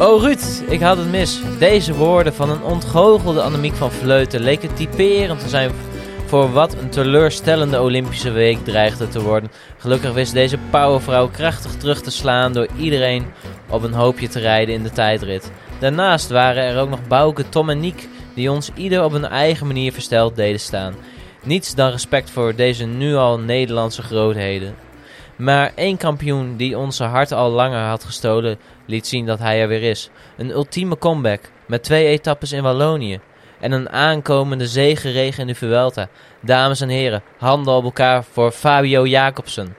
Oh Ruud, ik had het mis. Deze woorden van een ontgoochelde Annemiek van Vleuten leken typerend te zijn voor wat een teleurstellende Olympische week dreigde te worden. Gelukkig wist deze powervrouw krachtig terug te slaan door iedereen op een hoopje te rijden in de tijdrit. Daarnaast waren er ook nog Bouke, Tom en Niek die ons ieder op hun eigen manier versteld deden staan. Niets dan respect voor deze nu al Nederlandse grootheden. Maar één kampioen die onze hart al langer had gestolen, liet zien dat hij er weer is. Een ultieme comeback met twee etappes in Wallonië. En een aankomende zegenregen in de Vuelta. Dames en heren, handen op elkaar voor Fabio Jacobsen.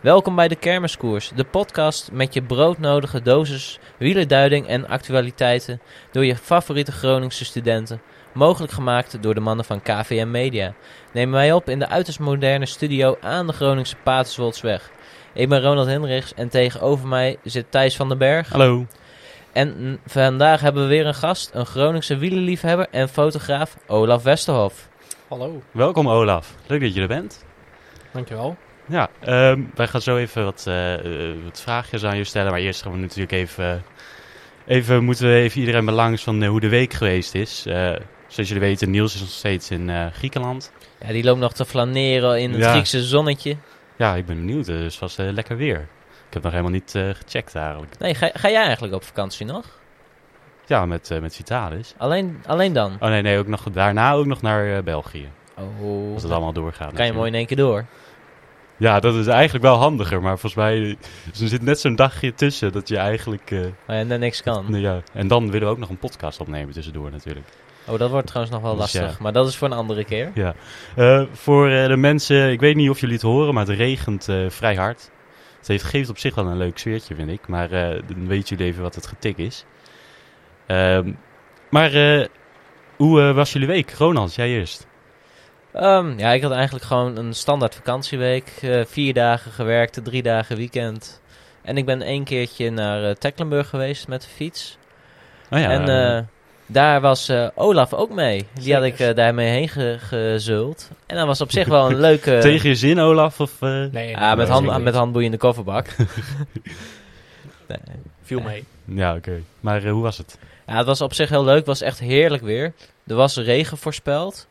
Welkom bij de Kermiskoers, de podcast met je broodnodige dosis wielerduiding en actualiteiten door je favoriete Groningse studenten. Mogelijk gemaakt door de mannen van KVM Media. Nemen wij op in de uiterst moderne studio aan de Groningse Paterswoldsweg. Ik ben Ronald Hendricks en tegenover mij zit Thijs van den Berg. Hallo. En mm, vandaag hebben we weer een gast, een Groningse wielerliefhebber en fotograaf Olaf Westerhof. Hallo, Welkom Olaf. Leuk dat je er bent. dankjewel. Ja, ehm, wij gaan zo even wat, eh, eh, wat vraagjes aan je stellen. Maar eerst gaan we natuurlijk even, eh, even moeten we even iedereen belangs van eh, hoe de week geweest is. Eh, zoals jullie weten, Niels is nog steeds in eh, Griekenland. Ja, die loopt nog te flaneren in het Ja. Griekse zonnetje. Ja, ik ben benieuwd. eh, Dus het was eh, lekker weer. Ik heb nog helemaal niet eh, gecheckt eigenlijk. Nee, ga, ga jij eigenlijk op vakantie nog? Ja, met, eh, met Vitalis. Alleen, alleen dan? Oh nee, nee, ook nog, daarna ook nog naar eh, België. Oh, Als het allemaal doorgaat. kan je mooi in één keer door. Ja, dat is eigenlijk wel handiger. Maar volgens mij eh, er zit net zo'n dagje tussen dat je eigenlijk... eh, En dan niks kan. Nou ja, en dan willen we ook nog een podcast opnemen tussendoor natuurlijk. Oh, dat wordt trouwens nog wel Dus ja. lastig. Maar dat is voor een andere keer. Eh, voor eh, de mensen, ik weet niet of jullie het horen, maar het regent eh, vrij hard. Het heeft, geeft op zich wel een leuk sfeertje, vind ik. Maar eh, dan weten jullie even wat het getik is. Ehm, maar eh, hoe eh, was jullie week? Ronald, jij eerst. Ehm, ja, ik had eigenlijk gewoon een standaard vakantieweek. Eh, vier dagen gewerkt, drie dagen weekend. En ik ben één keertje naar eh, Tecklenburg geweest met de fiets. Oh ja, en eh, eh, daar was eh, Olaf ook mee. Die had ik Zeker. eh, daarmee heen ge- gezult. En dat was op zich wel een leuke... tegen je zin, Olaf? Of, eh? Nee, Ah, met, hand- hand, zeker met handboeien in de kofferbak. nee. niet. Viel mee. Ja, oké. Maar eh, hoe was het? Ja, het was op zich heel leuk. Het was echt heerlijk weer. Er was regen voorspeld.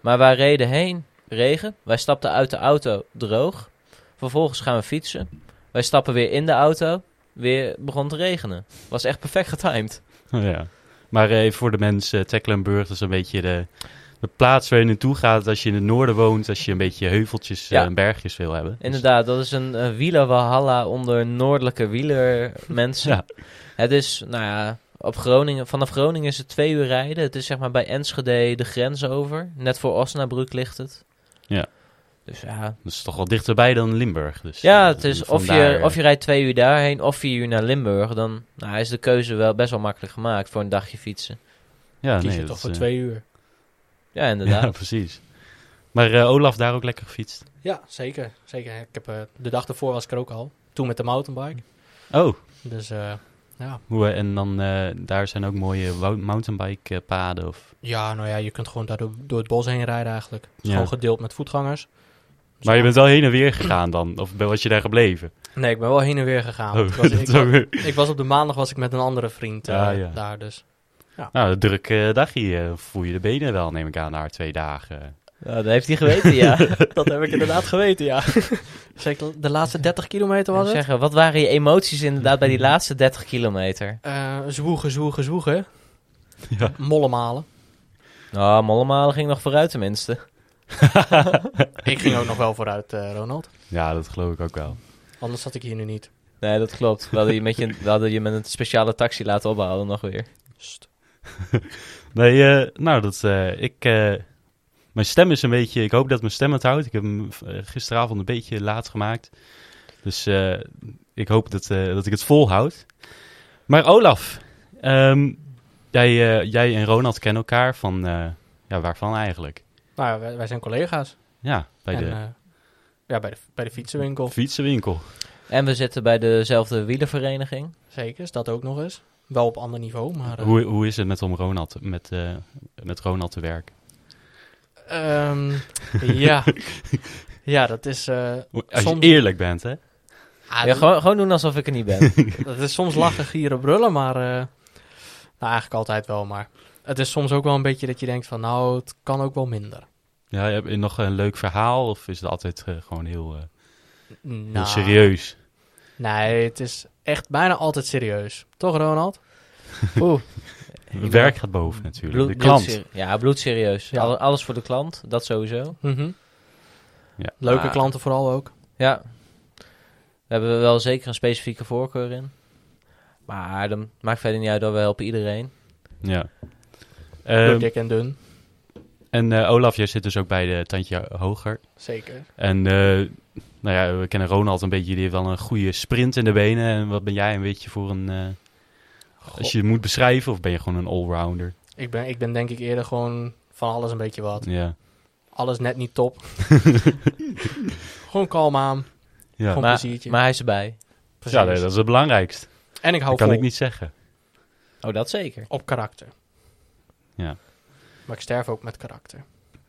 Maar wij reden heen. Regen. Wij stapten uit de auto droog. Vervolgens gaan we fietsen. Wij stappen weer in de auto. Weer begon te regenen. Was echt perfect getimed. Oh ja. Maar eh, even voor de mensen, Tecklenburg dat is een beetje de, de plaats waar je naartoe gaat als je in het noorden woont, als je een beetje heuveltjes eh, Ja. en bergjes wil hebben. Dus- Inderdaad, dat is een, een wielerwalhalla onder noordelijke wielermensen. Ja. Het is, nou ja, op Groningen, vanaf Groningen is het twee uur rijden. Het is zeg maar bij Enschede de grens over. Net voor Osnabrück ligt het. Ja. Dus ja, Dat is toch wel dichterbij dan Limburg. Dus, Ja, eh, het is of vandaar, je, eh, of je rijdt twee uur daarheen of vier uur naar Limburg. Dan nou, is de keuze wel best wel makkelijk gemaakt voor een dagje fietsen. ja, Kies nee, je dat, toch voor eh, twee uur. Ja, Ja, inderdaad. precies. Maar eh, Olaf daar ook lekker gefietst. Ja, zeker. zeker. Ik heb, eh, de dag ervoor was ik er ook al. Toen met de mountainbike. Oh, Dus eh, ja. hoe, eh, en dan eh, daar zijn ook mooie wou- mountainbike eh, paden. Of... ja, nou ja, je kunt gewoon daar door, door het bos heen rijden eigenlijk. Het is Ja. Gewoon gedeeld met voetgangers. Dus Maar je ja. bent wel heen en weer gegaan dan? Of ben- was je daar gebleven? Nee, ik ben wel heen en weer gegaan. want Oh, ik, was, dat ik, is ook weer- ik was op de maandag was ik met een andere vriend eh, Ah, ja. daar dus. Nou, een druk eh, dagje. eh, voel je de benen wel, neem ik aan, na twee dagen. Ja, dat heeft hij geweten, ja. Dat heb ik inderdaad geweten, ja. Zeker de laatste 30 kilometer Ik was wil het. zeggen, wat waren je emoties inderdaad bij die laatste 30 kilometer? Eh, zwoegen, zwoegen, zwoegen. Ja. Molle malen. Nou, Mollemaal ging nog vooruit tenminste. Ik ging ook nog wel vooruit, eh, Ronald. Ja, dat geloof ik ook wel. Anders zat ik hier nu niet. Nee, dat klopt. We hadden je met, je, we hadden je met een speciale taxi laten ophalen nog weer. Sst. Nee, eh, nou, dat, eh, ik, eh, mijn stem is een beetje... Ik hoop dat mijn stem het houdt. Ik heb hem eh, gisteravond een beetje laat gemaakt. Dus eh, ik hoop dat, eh, dat ik het volhoud. Maar Olaf, ehm, jij, eh, jij en Ronald kennen elkaar van... eh, ja, waarvan eigenlijk? Nou, ja, wij, wij zijn collega's. Ja, bij en, de eh, ja, bij de, bij de fietsenwinkel. fietsenwinkel. En we zitten bij dezelfde wielervereniging. Zeker, is dat ook nog eens. Wel op ander niveau, maar... eh, Hoe, hoe is het met om Ronald, met, eh, met Ronald te werken? ehm, ja. ja, dat is... eh, Als Soms- je eerlijk bent, hè? ah, ja, gewoon, gewoon doen alsof ik er niet ben. dat is soms lachen, gieren, brullen, maar... eh, nou, eigenlijk altijd wel, maar... Het is soms ook wel een beetje dat je denkt van... Nou, het kan ook wel minder. Ja, heb je nog een leuk verhaal of is het altijd eh, gewoon heel, eh, heel Nou, serieus? Nee, het is echt bijna altijd serieus. Toch, Ronald? Oeh. Ik ben- Werk gaat boven natuurlijk, de Bloed- klant. bloedser- ja, bloedserieus. Ja. Alle- Alles voor de klant, dat sowieso. Mhm. Ja. Leuke Ah. klanten vooral ook. Ja. Daar hebben we wel zeker een specifieke voorkeur in. Maar dat maakt verder niet uit dat we helpen iedereen. Ja. Door Ehm, dik en dun. en eh, Olaf, jij zit dus ook bij de Tandje Hoger. Zeker. En eh, nou ja, we kennen Ronald een beetje, die heeft wel een goede sprint in de benen. En wat ben jij een beetje voor een... eh, als je het moet beschrijven, of ben je gewoon een allrounder? Ik ben, ik ben denk ik eerder gewoon van alles een beetje wat. Ja. Alles net niet top. gewoon kalm Ja, aan. Nou, Gewoon maar, pleziertje. maar hij is erbij. Precies. ja nee, dat is het belangrijkste. En ik hou Dat kan vol ik niet zeggen. Oh, dat zeker. op karakter. Ja. Maar ik sterf ook met karakter.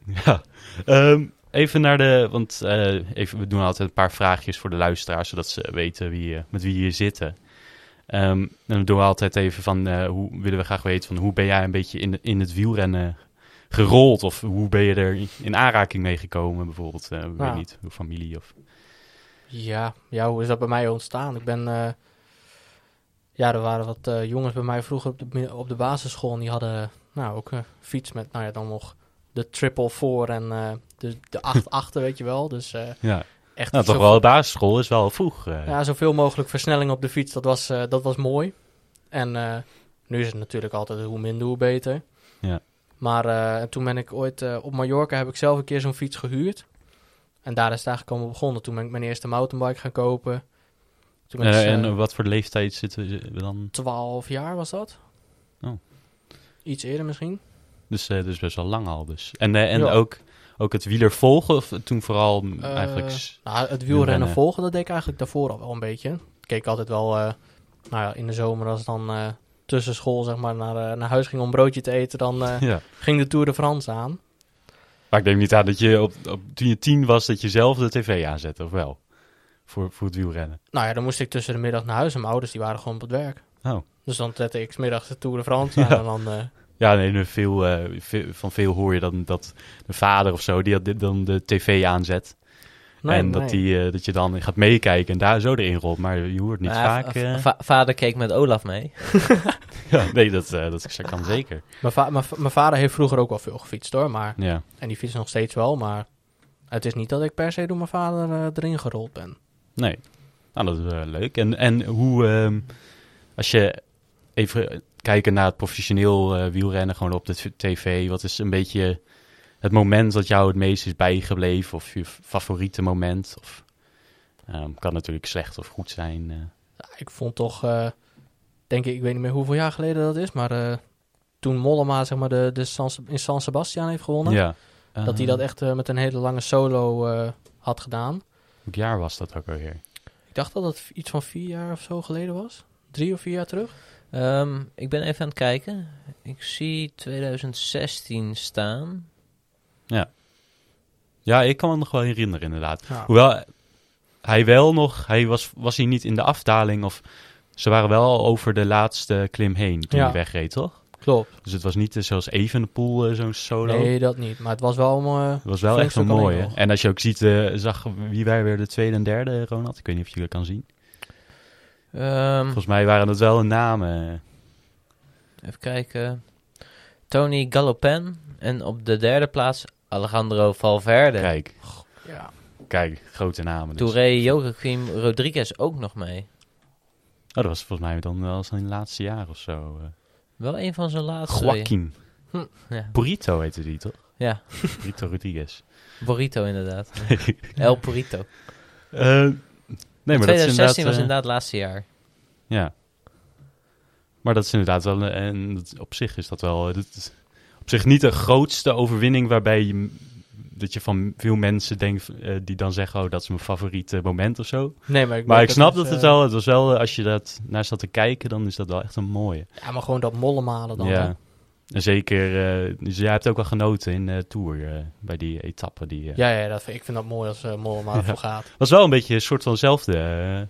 Ja. Ehm, even naar de. Want eh, even, we doen altijd een paar vraagjes voor de luisteraars, zodat ze weten wie, eh, met wie hier zitten. Ehm, en dan doen we altijd even van eh, hoe willen we graag weten van hoe ben jij een beetje in, de- in het wielrennen gerold? Of hoe ben je er in aanraking mee gekomen? Bijvoorbeeld, eh ik Ja. weet niet, hoe familie of. Ja, ja, hoe is dat bij mij ontstaan? Ik ben... eh, ja, er waren wat eh, jongens bij mij vroeger op de, mi- op de basisschool. En die hadden nou, ook een fiets met, nou ja, dan nog de triple voor en eh, de, de acht achter, weet je wel. Dus eh, Ja, echt nou, toch zo- wel, de basisschool is wel vroeg. eh. Ja, zoveel mogelijk versnelling op de fiets, dat was, eh, dat was mooi. En eh, nu is het natuurlijk altijd hoe minder, hoe beter. Ja. Maar eh, toen ben ik ooit eh, op Mallorca, heb ik zelf een keer zo'n fiets gehuurd. En daar is het eigenlijk allemaal begonnen. Toen ben ik mijn eerste mountainbike gaan kopen. Toen ben ik Eh, en eh, wat voor leeftijd zitten we dan? 12 jaar was dat. Oh. Iets eerder misschien. Dus, eh, dus best wel lang al dus. En, eh, en Ja. ook, ook het wieler volgen, of toen vooral mm, Eh, eigenlijk... s- Nou, het Wielrennen. wielrennen volgen, dat deed ik eigenlijk daarvoor al wel een beetje. Ik keek altijd wel, eh, nou ja, in de zomer als het dan eh, tussen school zeg maar naar, eh, naar huis ging om broodje te eten, dan eh, Ja. ging de Tour de France aan. Maar ik denk niet aan dat je op, op, toen je tien was, dat je zelf de tv aanzette, of wel? Voor, voor het wielrennen. Nou ja, dan moest ik tussen de middag naar huis en mijn ouders die waren gewoon op het werk. Oh. Dus dan zette ik 's middags de Tour de France aan en dan... eh, Ja, nee, nu veel, eh, ve- van veel hoor je dan dat de vader of zo, die had dit dan de tv aanzet. nee, en dat, nee. die, eh, dat je dan gaat meekijken en daar zo erin rolt. Maar je hoort niet Nou Maar vaak... va- eh, va- vader keek met Olaf mee. ja, nee, dat, eh, dat kan zeker. Mijn, va- mijn, va- mijn vader heeft vroeger ook wel veel gefietst hoor, maar... Ja. En die fietst nog steeds wel, maar... Het is niet dat ik per se door mijn vader eh, erin gerold ben. Nee. Nou, dat is eh, leuk. En, en hoe, ehm, als je even eh, kijken naar het professioneel eh, wielrennen, gewoon op de t- tv, wat is een beetje het moment dat jou het meest is bijgebleven of je f- favoriete moment? Of, ehm, kan natuurlijk slecht of goed zijn. eh. Ja, ik vond toch, eh, denk ik, ik weet niet meer hoeveel jaar geleden dat is, maar eh, toen Mollema zeg maar, de, de San, in San Sebastian heeft gewonnen, ja. Ehm, dat hij dat echt eh, met een hele lange solo eh, had gedaan. Welk jaar was dat ook alweer? Ik dacht dat dat iets van vier jaar of zo geleden was. Drie of vier jaar terug. Ehm, ik ben even aan het kijken. Ik zie 2016 staan. Ja, ik kan me nog wel herinneren inderdaad. Ja. Hoewel hij wel nog, hij was, was hij niet in de afdaling of ze waren wel over de laatste klim heen toen Ja. hij wegreed, toch? Klopt. Dus het was niet eh, zoals Evenepoel, eh, zo'n solo. Nee, dat niet. Maar het was wel... om, eh, Het was wel Flink echt een stuk alleen mooie. nog. En als je ook ziet, eh, zag wie wij weer de tweede en derde, eh, Ronald. Ik weet niet of je dat kan zien. Ehm, Volgens mij waren dat wel een namen. eh, even kijken. Tony Gallopin. En op de derde plaats Alejandro Valverde. Kijk, ja. kijk, grote namen. Dus. Touré Joachim Rodriguez ook nog mee. Oh, dat was volgens mij dan wel zijn laatste jaar of zo. eh. Wel een van zijn laatste. Joaquin. Ja. Burrito heette die, toch? ja, Burrito Rodriguez. burrito inderdaad. El Burrito. Eh, nee, maar dat 2016 is inderdaad... was eh, inderdaad het laatste jaar. Ja. Maar dat is inderdaad wel... een- En dat- op zich is dat wel... eh, Dat is op zich niet de grootste overwinning waarbij je m- dat je van veel mensen denkt eh, die dan zeggen, oh, dat is mijn favoriete moment of zo. Nee, maar ik, Maar denk ik snap dat eh, het wel, het was wel, eh, als je dat naar staat te kijken, dan is dat wel echt een mooie. Ja, maar gewoon dat mollen malen dan. hè. ja. En zeker, eh, dus jij hebt ook wel genoten in eh Tour, eh, bij die etappe. Die, eh, Ja, ja dat vind, ik vind dat mooi als eh mollen malen Ja. voor gaat. was wel een beetje een soort van zelfde eh,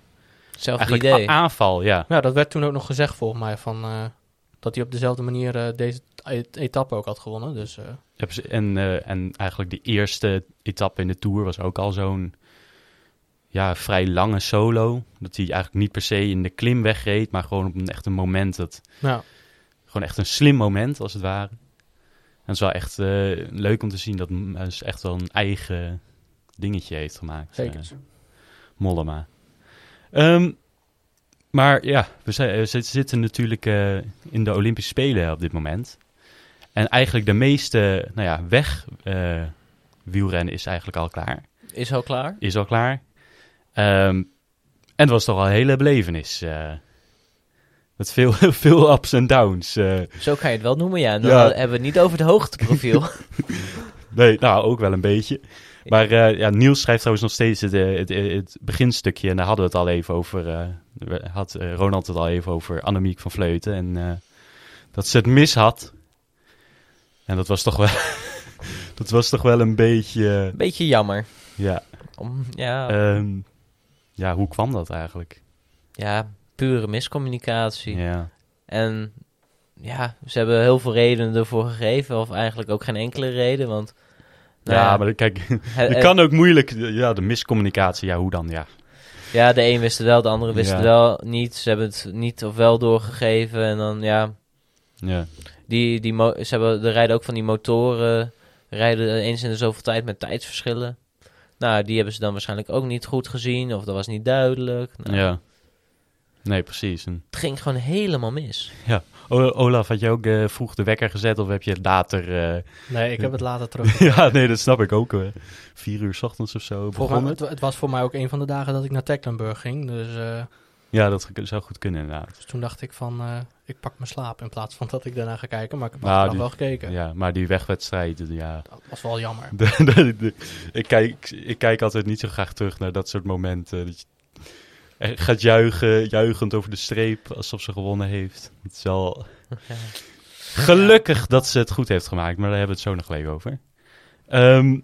Hetzelfde eigenlijk Ah, idee. a- aanval, ja. Ja, Nou, dat werd toen ook nog gezegd volgens mij. Van, eh, dat hij op dezelfde manier eh, deze e- etappe ook had gewonnen. Dus eh, Ja, precies. En, eh, en eigenlijk de eerste etappe in de Tour was ook al zo'n ja, vrij lange solo. Dat hij eigenlijk niet per se in de klim wegreed, maar gewoon op een echt een moment. Dat, nou, gewoon echt een slim moment, als het ware. En het is wel echt eh, leuk om te zien dat ze echt wel een eigen dingetje heeft gemaakt. zeker. eh, Mollema. Ehm, maar ja, we, zijn, we zit- zitten natuurlijk eh, in de Olympische Spelen op dit moment. En eigenlijk de meeste nou ja, weg eh, wielrennen is eigenlijk al klaar. Is al klaar? Is al klaar. Ehm, en het was toch al een hele belevenis. eh. met veel, veel ups en downs. eh. Zo kan je het wel noemen, ja. En Dan Ja. hebben we het niet over het hoogteprofiel. nee, nou ook wel een beetje. Maar eh, ja, Niels schrijft trouwens nog steeds het, eh, het, eh, het beginstukje. En daar hadden we het al even over. eh, we- had eh, Ronald het al even over Annemiek van Vleuten. En eh, dat ze het mis had. En dat was toch wel, dat was toch wel een beetje. eh, Een beetje jammer. ja, Om, ja, ehm, ja, hoe kwam dat eigenlijk? ja, pure miscommunicatie. Ja, En ja, ze hebben heel veel redenen ervoor gegeven. Of eigenlijk ook geen enkele reden, want... nou eh, ja maar kijk, het- het het- kan ook moeilijk. Ja, de miscommunicatie. Ja, hoe dan? Ja, Ja, de een wist het wel, de andere wist Ja. het wel niet. Ze hebben het niet of wel doorgegeven. En dan, ja... ja, Die, die mo- ze hebben, er rijden ook van die motoren. Rijden eens in de zoveel tijd met tijdsverschillen. Nou, die hebben ze dan waarschijnlijk ook niet goed gezien. Of dat was niet duidelijk. Nou, ja. Nee, precies. En Het ging gewoon helemaal mis. O- Olaf, had je ook eh, vroeg de wekker gezet of heb je het later... eh, Nee, ik heb het later terug. ja, nee, dat snap ik ook. eh, vier uur 's ochtends of zo Volgens begon mij, het. het, het was voor mij ook een van de dagen dat ik naar Tecklenburg ging. Dus, eh, Ja, dat ge- zou goed kunnen inderdaad. dus toen dacht ik van, eh, ik pak mijn slaap in plaats van dat ik daarna ga kijken. Maar ik heb Ah, achteraf die- wel Ja. gekeken. maar die wegwedstrijden, ja... Dat was wel jammer. De- de- de- ik, kijk, ik kijk altijd niet zo graag terug naar dat soort momenten. Dat je eh, gaat juichen, juichend over de streep alsof ze gewonnen heeft. Het is wel... Ja. Gelukkig dat ze het goed heeft gemaakt, maar daar hebben we het zo nog wel even over. Ehm,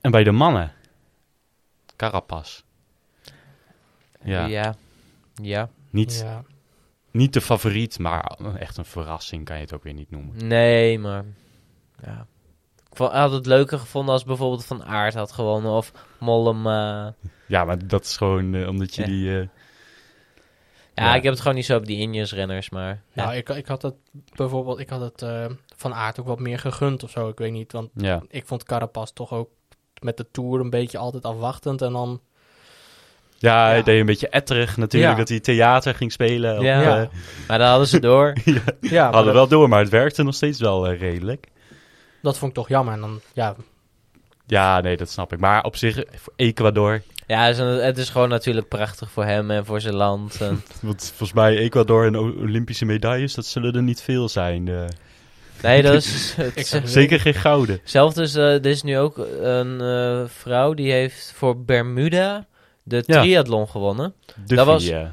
en bij de mannen. Carapas. Ja, Ja. Ja. Niet, Ja. niet de favoriet, maar echt een verrassing kan je het ook weer niet noemen. Nee, maar... Ja. Ik vo- had het leuker gevonden als bijvoorbeeld Van Aert had gewonnen. Of Mollema. Ja, maar dat is gewoon eh, omdat je Ja. die... eh, Ja, Ja. ik heb het gewoon niet zo op die Indiërs-renners, maar... Ja. Nou, ik, ik had het bijvoorbeeld, ik had het eh, van aard ook wat meer gegund of zo. Ik weet niet, want ja, ik vond Carapaz toch ook met de Tour een beetje altijd afwachtend. En dan, ja, hij Ja. deed een beetje etterig natuurlijk Ja. dat hij theater ging spelen. Ja. Ja. ja, ja, Maar daar hadden ze door. maar hadden dat, wel door, maar het werkte nog steeds wel eh, redelijk. dat vond ik toch jammer. En dan, ja, Ja, nee, dat snap ik. Maar op zich, eh, voor Ecuador... ja, het is, een- het is gewoon natuurlijk prachtig voor hem en voor zijn land. En, Want volgens mij Ecuador en O- Olympische medailles, dat zullen er niet veel zijn. eh. nee, dat is... het Ik is- zou zeker geen gouden. Zelfs dus, eh, er is nu ook een eh, vrouw die heeft voor Bermuda de Ja. triathlon gewonnen. Duffy, Dat was- eh.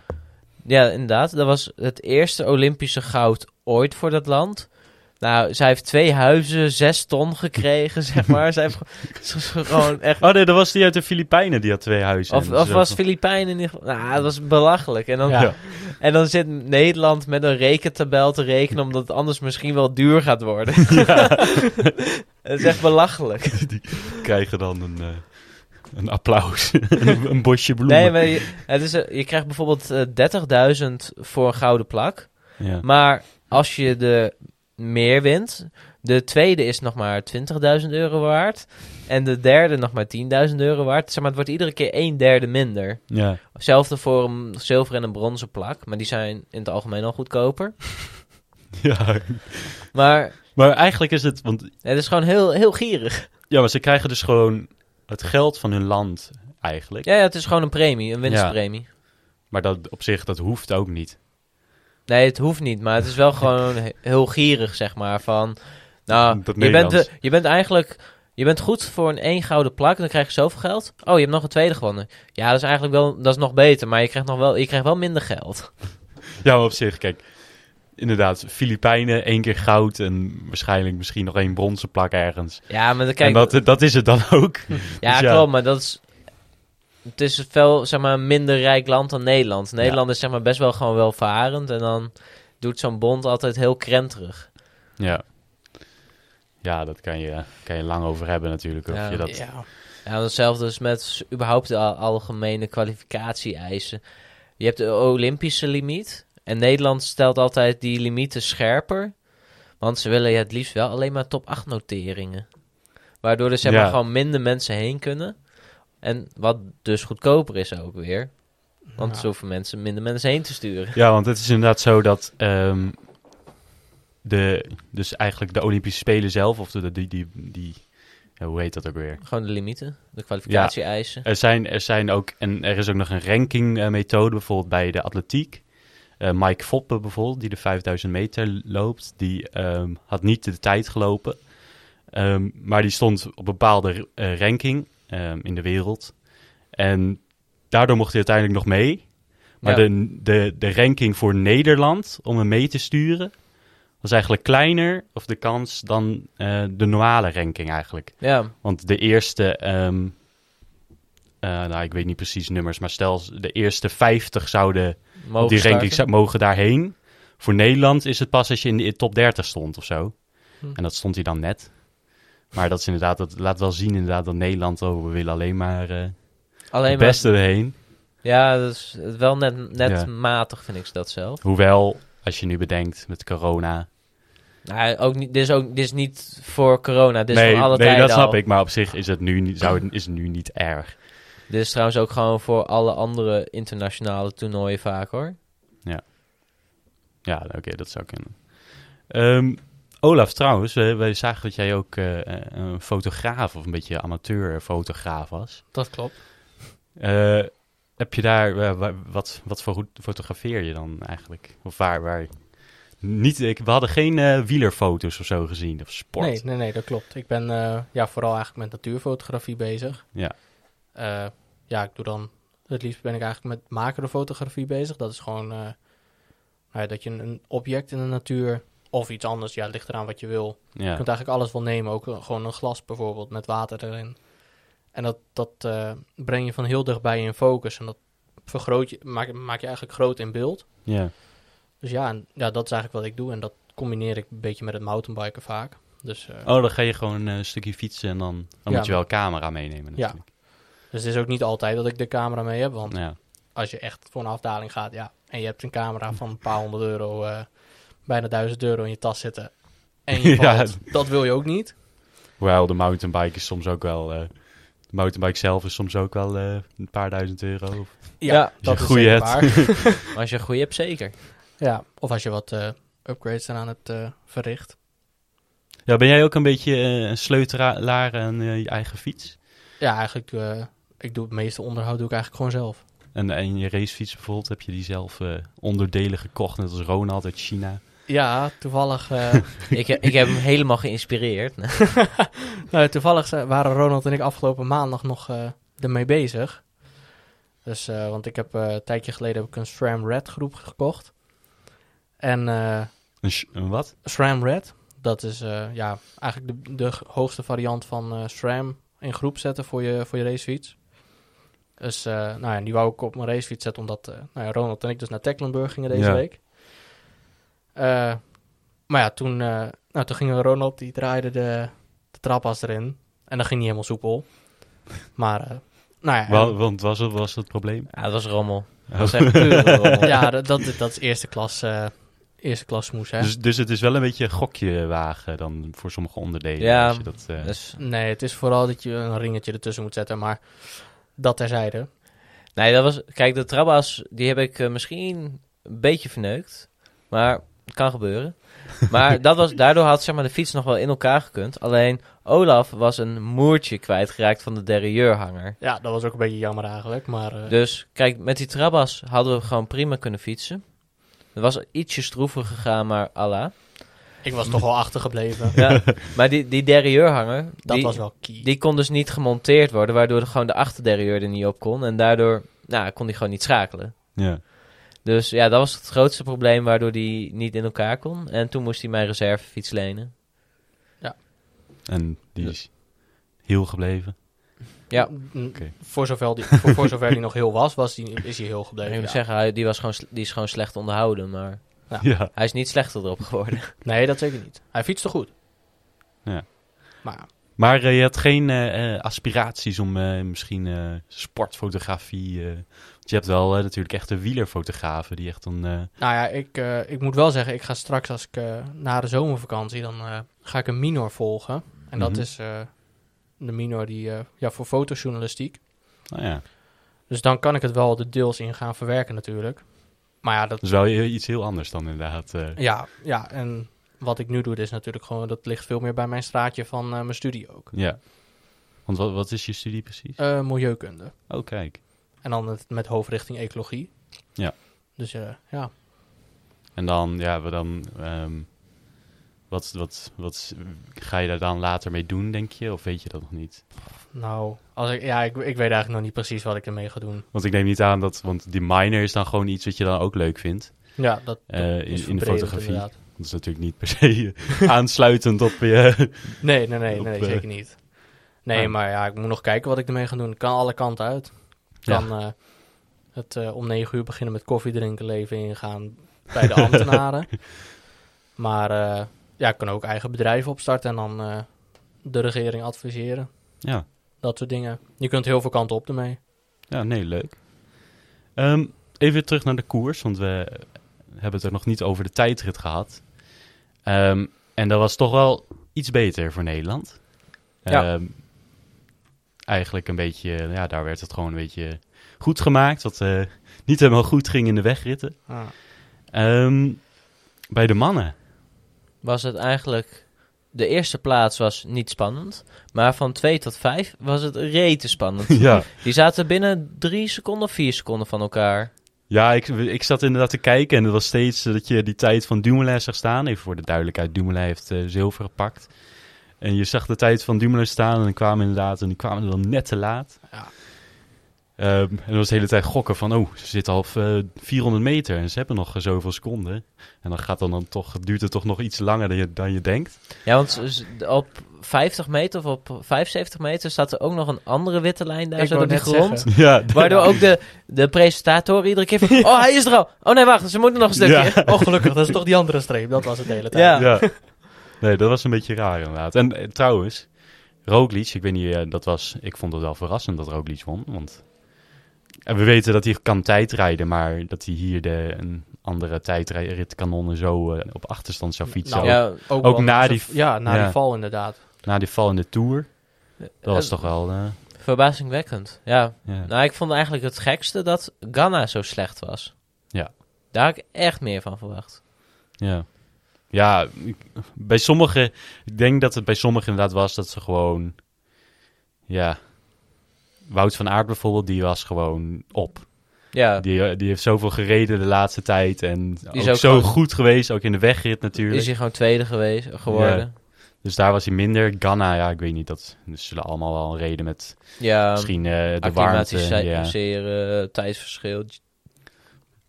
Ja, inderdaad. Dat was het eerste Olympische goud ooit voor dat land. Nou, zij heeft twee huizen, zes ton gekregen, zeg maar. Zij heeft ge- ze is gewoon echt... Oh nee, dat was die uit de Filipijnen, die had twee huizen. Of, En of zo was van- Filipijnen in ieder geval... Nou, dat was belachelijk. En dan, Ja. en dan zit Nederland met een rekentabel te rekenen... omdat het anders misschien wel duur gaat worden. Het is echt belachelijk. krijgen dan een, eh, een applaus. een, een bosje bloemen. Nee, maar je, het is, eh, je krijgt bijvoorbeeld eh, 30.000 voor een gouden plak. ja. Maar als je de meer wint, de tweede is nog maar 20.000 euro waard. En de derde nog maar 10.000 euro waard. Zeg maar, het wordt iedere keer een derde minder. ja. Hetzelfde voor een zilver en een bronzen plak. Maar die zijn in het algemeen al goedkoper. ja. Maar Maar eigenlijk is het... Want, het is gewoon heel, heel gierig. ja, maar ze krijgen dus gewoon het geld van hun land eigenlijk. Ja, ja, het is gewoon een premie, een winstpremie. Maar dat, op zich, dat hoeft ook niet. Nee, het hoeft niet, maar het is wel gewoon he- heel gierig, zeg maar. Van, nou, Dat je bent, Nederlands. de- je bent eigenlijk Je bent goed voor een één gouden plak en dan krijg je zoveel geld. Oh, je hebt nog een tweede gewonnen. Ja, dat is eigenlijk wel, dat is nog beter, maar je krijgt, nog wel, je krijgt wel minder geld. Ja, maar op zich, kijk. Inderdaad, Filipijnen, één keer goud en waarschijnlijk misschien nog één bronzen plak ergens. Ja, maar dan kijk, Hm. en dat, dat is het dan ook. ja, dus ja. klopt, maar dat is... Het is wel, zeg maar, een minder rijk land dan Nederland. Nederland is, zeg maar, best wel gewoon welvarend. En dan doet zo'n bond altijd heel krenterig. Ja, ja dat kan je, kan je lang over hebben natuurlijk. Of Ja. je dat... Ja. Ja, hetzelfde is met überhaupt de al- algemene kwalificatie-eisen. Je hebt de Olympische limiet. En Nederland stelt altijd die limieten scherper. Want ze willen ja, het liefst wel alleen maar top 8 noteringen. Waardoor er zeg maar Ja. gewoon minder mensen heen kunnen. En wat dus goedkoper is ook weer. Want Ja. ze hoeven mensen minder mensen heen te sturen. Ja, want het is inderdaad zo dat ehm, de, dus eigenlijk de Olympische Spelen zelf, of de, die, die, die ja, hoe heet dat ook weer? Gewoon de limieten, de kwalificatie-eisen. Er zijn, er zijn ook, en er is ook nog een rankingmethode, methode bijvoorbeeld bij de atletiek. Eh, Mike Foppe bijvoorbeeld, die de 5000 meter loopt, die ehm, had niet de tijd gelopen. Ehm, maar die stond op een bepaalde eh, ranking ehm, in de wereld. En daardoor mocht hij uiteindelijk nog mee. Maar Ja. de, de, de ranking voor Nederland om hem mee te sturen was eigenlijk kleiner, of de kans, dan eh, de normale ranking eigenlijk. Ja, Want de eerste, ehm, eh, nou ik weet niet precies nummers, maar stel de eerste 50 zouden mogen die ranking starten. zou- mogen daarheen. Voor Nederland is het pas als je in de top 30 stond of zo. Hm. En dat stond hij dan net. Maar dat is inderdaad, dat laat wel zien inderdaad dat Nederland, oh we willen alleen maar eh Alleen de maar- beste erheen. Ja, dat is wel net, net Ja. matig vind ik dat zelf. Hoewel, als je nu bedenkt met corona. Nou, ook niet, dit, is ook, dit is niet voor corona, dit is nee, voor alle nee tijden dat snap al. ik, maar op zich is het nu, niet- zou het, is het nu niet erg. Dit is trouwens ook gewoon voor alle andere internationale toernooien vaak hoor. Ja, oké, dat zou kunnen. Ehm, Olaf, trouwens, eh, wij zagen dat jij ook eh, eh, een fotograaf of een beetje amateurfotograaf was. Dat klopt. Eh, heb je daar, eh, wa- wat, wat voor goed fotografeer je dan eigenlijk? Of waar, waar? Niet, ik, we hadden geen eh, wielerfoto's of zo gezien, of sport. Nee, nee, nee, dat klopt. Ik ben eh, ja, vooral eigenlijk met natuurfotografie bezig. Ja. Eh, ja, ik doe dan... Het liefst ben ik eigenlijk met macrofotografie bezig. Dat is gewoon eh, nou ja, dat je een- een object in de natuur of iets anders... Ja, het ligt eraan wat je wil. Je Ja, kunt eigenlijk alles wel nemen. Ook eh, gewoon een glas bijvoorbeeld met water erin. En dat, dat eh, breng je van heel dichtbij in focus. En dat vergroot je, maak, maak je eigenlijk groot in beeld. ja. Dus ja, en, ja, dat is eigenlijk wat ik doe. En dat combineer ik een beetje met het mountainbiken vaak. Dus, eh, Oh, dan ga je gewoon eh, een stukje fietsen en dan, dan Ja. moet je wel een camera meenemen Ja. natuurlijk. dus het is ook niet altijd dat ik de camera mee heb. Want Ja. als je echt voor een afdaling gaat, ja, en je hebt een camera van een paar honderd euro, eh, bijna duizend euro in je tas zitten. En je Ja. valt, dat wil je ook niet. Hoewel de mountainbike is soms ook wel... eh, de mountainbike zelf is soms ook wel eh, een paar duizend euro. Of, Ja, als je een goeie zeker hebt. waar. Maar als je een goede hebt, zeker. ja, of als je wat eh, upgrades eraan hebt eh, verricht. Ja, ben jij ook een beetje eh, een sleutelaar aan eh, je eigen fiets? Ja, eigenlijk, eh, ik doe het meeste onderhoud doe ik eigenlijk gewoon zelf. En, en je racefiets bijvoorbeeld, heb je die zelf eh, onderdelen gekocht, net als Ronald uit China? Ja, toevallig eh, ik, he- ik heb hem helemaal geïnspireerd. Nee. Nou, toevallig zijn- waren Ronald en ik afgelopen maandag nog eh, ermee bezig. Dus, eh, want ik heb eh, een tijdje geleden heb ik een SRAM Red groep gekocht. En eh, Een, sh- een wat? SRAM Red, dat is eh, ja, eigenlijk de, de g- hoogste variant van eh, SRAM in groep zetten voor je, voor je racefiets. Dus eh, nou ja, die wou ik op mijn racefiets zetten, omdat eh, nou ja, Ronald en ik dus naar Tecklenburg gingen deze Ja. week. Eh, maar ja, toen, eh nou, toen ging Ronald, die draaide de, de trapas erin. En dat ging niet helemaal soepel. Maar, eh, nou ja. Wa- want was het, was het probleem? Ja, dat was rommel. Dat was echt pure rommel. en- ja, dat, dat, dat is eerste klas, eh eerste klas smoes, hè. Dus, dus het is wel een beetje een gokje wagen dan voor sommige onderdelen. Ja, als je dat, eh, Dus, Nee, het is vooral dat je een ringetje ertussen moet zetten, maar dat terzijde. nee, dat was... Kijk, de trabas, die heb ik eh, misschien een beetje verneukt. Maar het kan gebeuren. Maar dat was, daardoor had zeg maar, de fiets nog wel in elkaar gekund. Alleen Olaf was een moertje kwijtgeraakt van de derrieurhanger. Ja, dat was ook een beetje jammer eigenlijk, maar eh, Dus kijk, met die Trabas hadden we gewoon prima kunnen fietsen. Er was ietsje stroever gegaan, maar Allah. Ik was toch wel achtergebleven. Ja, maar die, die derrieurhanger, Dat die, was wel key. die kon dus niet gemonteerd worden, waardoor de- gewoon de achterderrieur er niet op kon. En daardoor nou, kon die gewoon niet schakelen. Ja. Dus ja, dat was het grootste probleem waardoor die niet in elkaar kon. En toen moest hij mijn reservefiets lenen. En die is heel gebleven. Ja. Mm, Oké. Voor, zover die, voor, voor zover die nog heel was, was die, is hij heel Ik gebleven. moet ja. zeggen, hij, die, was gewoon, sle- die is gewoon slecht onderhouden, maar Ja. Ja. hij is niet slechter erop geworden. Nee, dat zeker niet. Hij fietste goed. Ja. Maar Maar eh, je had geen eh, eh, aspiraties om eh, misschien eh, sportfotografie. eh, want je hebt wel eh, natuurlijk echte wielerfotografen die echt een. eh, nou ja, ik, eh, ik moet wel zeggen, ik ga straks als ik eh, na de zomervakantie, dan eh, ga ik een minor volgen. En dat Mhm. is eh, de minor die, eh, ja, voor fotojournalistiek. nou ja, Dus dan kan ik het wel de deels in gaan verwerken natuurlijk. Maar ja, dat, dat is wel i- iets heel anders dan inderdaad. eh, ja, ja, en wat ik nu doe, dat is natuurlijk gewoon, dat ligt veel meer bij mijn straatje van eh, mijn studie ook. ja. Want wat, wat is je studie precies? Eh, milieukunde. Oh, kijk. En dan het, met hoofdrichting ecologie. Ja. Dus eh, ja, En dan, ja, we dan. ehm, wat, wat, wat s- ga je daar dan later mee doen, denk je? Of weet je dat nog niet? nou, als ik, ja, ik, ik weet eigenlijk nog niet precies wat ik ermee ga doen. Want ik neem niet aan dat. Want die minor is dan gewoon iets wat je dan ook leuk vindt. Ja, dat, dat Eh, in- is in de verbredend fotografie. inderdaad. Dat is natuurlijk niet per se eh, aansluitend op je. Nee, nee, nee, nee Op, eh, zeker niet. Nee, ah. maar ja, ik moet nog kijken wat ik ermee ga doen. Ik kan alle kanten uit. Ik Ja. kan eh, het eh, om negen uur beginnen met koffie drinken leven ingaan bij de ambtenaren. maar eh, ja, ik kan ook eigen bedrijven opstarten en dan eh, de regering adviseren. Ja, Dat soort dingen. Je kunt heel veel kanten op ermee. ja nee, leuk. Ehm, even terug naar de koers, want we hebben het er nog niet over de tijdrit gehad. Ehm, en dat was toch wel iets beter voor Nederland. Ja. Ehm, eigenlijk een beetje, ja, daar werd het gewoon een beetje goed gemaakt. Wat eh, niet helemaal goed ging in de wegritten. Ah. Ehm, bij de mannen. was het eigenlijk... De eerste plaats was niet spannend, maar van 2 tot 5 was het rete spannend. ja. Die zaten binnen 3 seconden, 4 seconden van elkaar. Ja, ik, ik zat inderdaad te kijken en het was steeds eh, dat je die tijd van Dumoulin zag staan. Even voor de duidelijkheid, Dumoulin heeft eh, zilver gepakt. En je zag de tijd van Dumoulin staan en die kwamen inderdaad, en die kwamen dan net te laat. Ja. Ehm, en dat was de hele tijd gokken van, oh, ze zitten al eh, 400 meter en ze hebben nog eh, zoveel seconden. En dan, gaat dan, dan toch, duurt het toch nog iets langer dan je, dan je denkt. Ja, want z- op 50 meter of op 75 meter staat er ook nog een andere witte lijn daar Ik zo wou door die net grond. zeggen. Ja, Waardoor ook de, de presentator iedere keer van... Oh, hij is er al. Oh nee, wacht, ze moeten nog een stukje. Ja. Oh, gelukkig, dat is toch die andere streep. Dat was het de hele tijd. Ja. Ja. Nee, dat was een beetje raar inderdaad. En eh, trouwens, Roglic, ik weet niet, eh, dat was, ik vond het wel verrassend dat Roglic won. Want en we weten dat hij kan tijdrijden, maar dat hij hier de, een andere tijdrit kan onder zo eh, op achterstand zou fietsen. Nou, ook Ja, Ook, Ook wel- na die- Ja, na ja. die val inderdaad. Na die val in de Tour, dat was eh, toch wel... eh, Verbazingwekkend, ja. ja. Nou, ik vond eigenlijk het gekste dat Ghana zo slecht was. Ja. Daar had ik echt meer van verwacht. Ja. Ja, ik- bij sommigen... Ik denk dat het bij sommigen inderdaad was dat ze gewoon... Ja. Wout van Aert bijvoorbeeld, die was gewoon op. Ja, Die, eh, die heeft zoveel gereden de laatste tijd. En ook, is ook zo gewoon- goed geweest, ook in de wegrit natuurlijk. is hij gewoon tweede geweest, eh, geworden. Dus daar was hij minder. Ghana, ja, ik weet niet. Dat dat zullen allemaal wel een reden met Ja, misschien eh, de warmte. Ja. acclimatiseren, eh, tijdsverschil.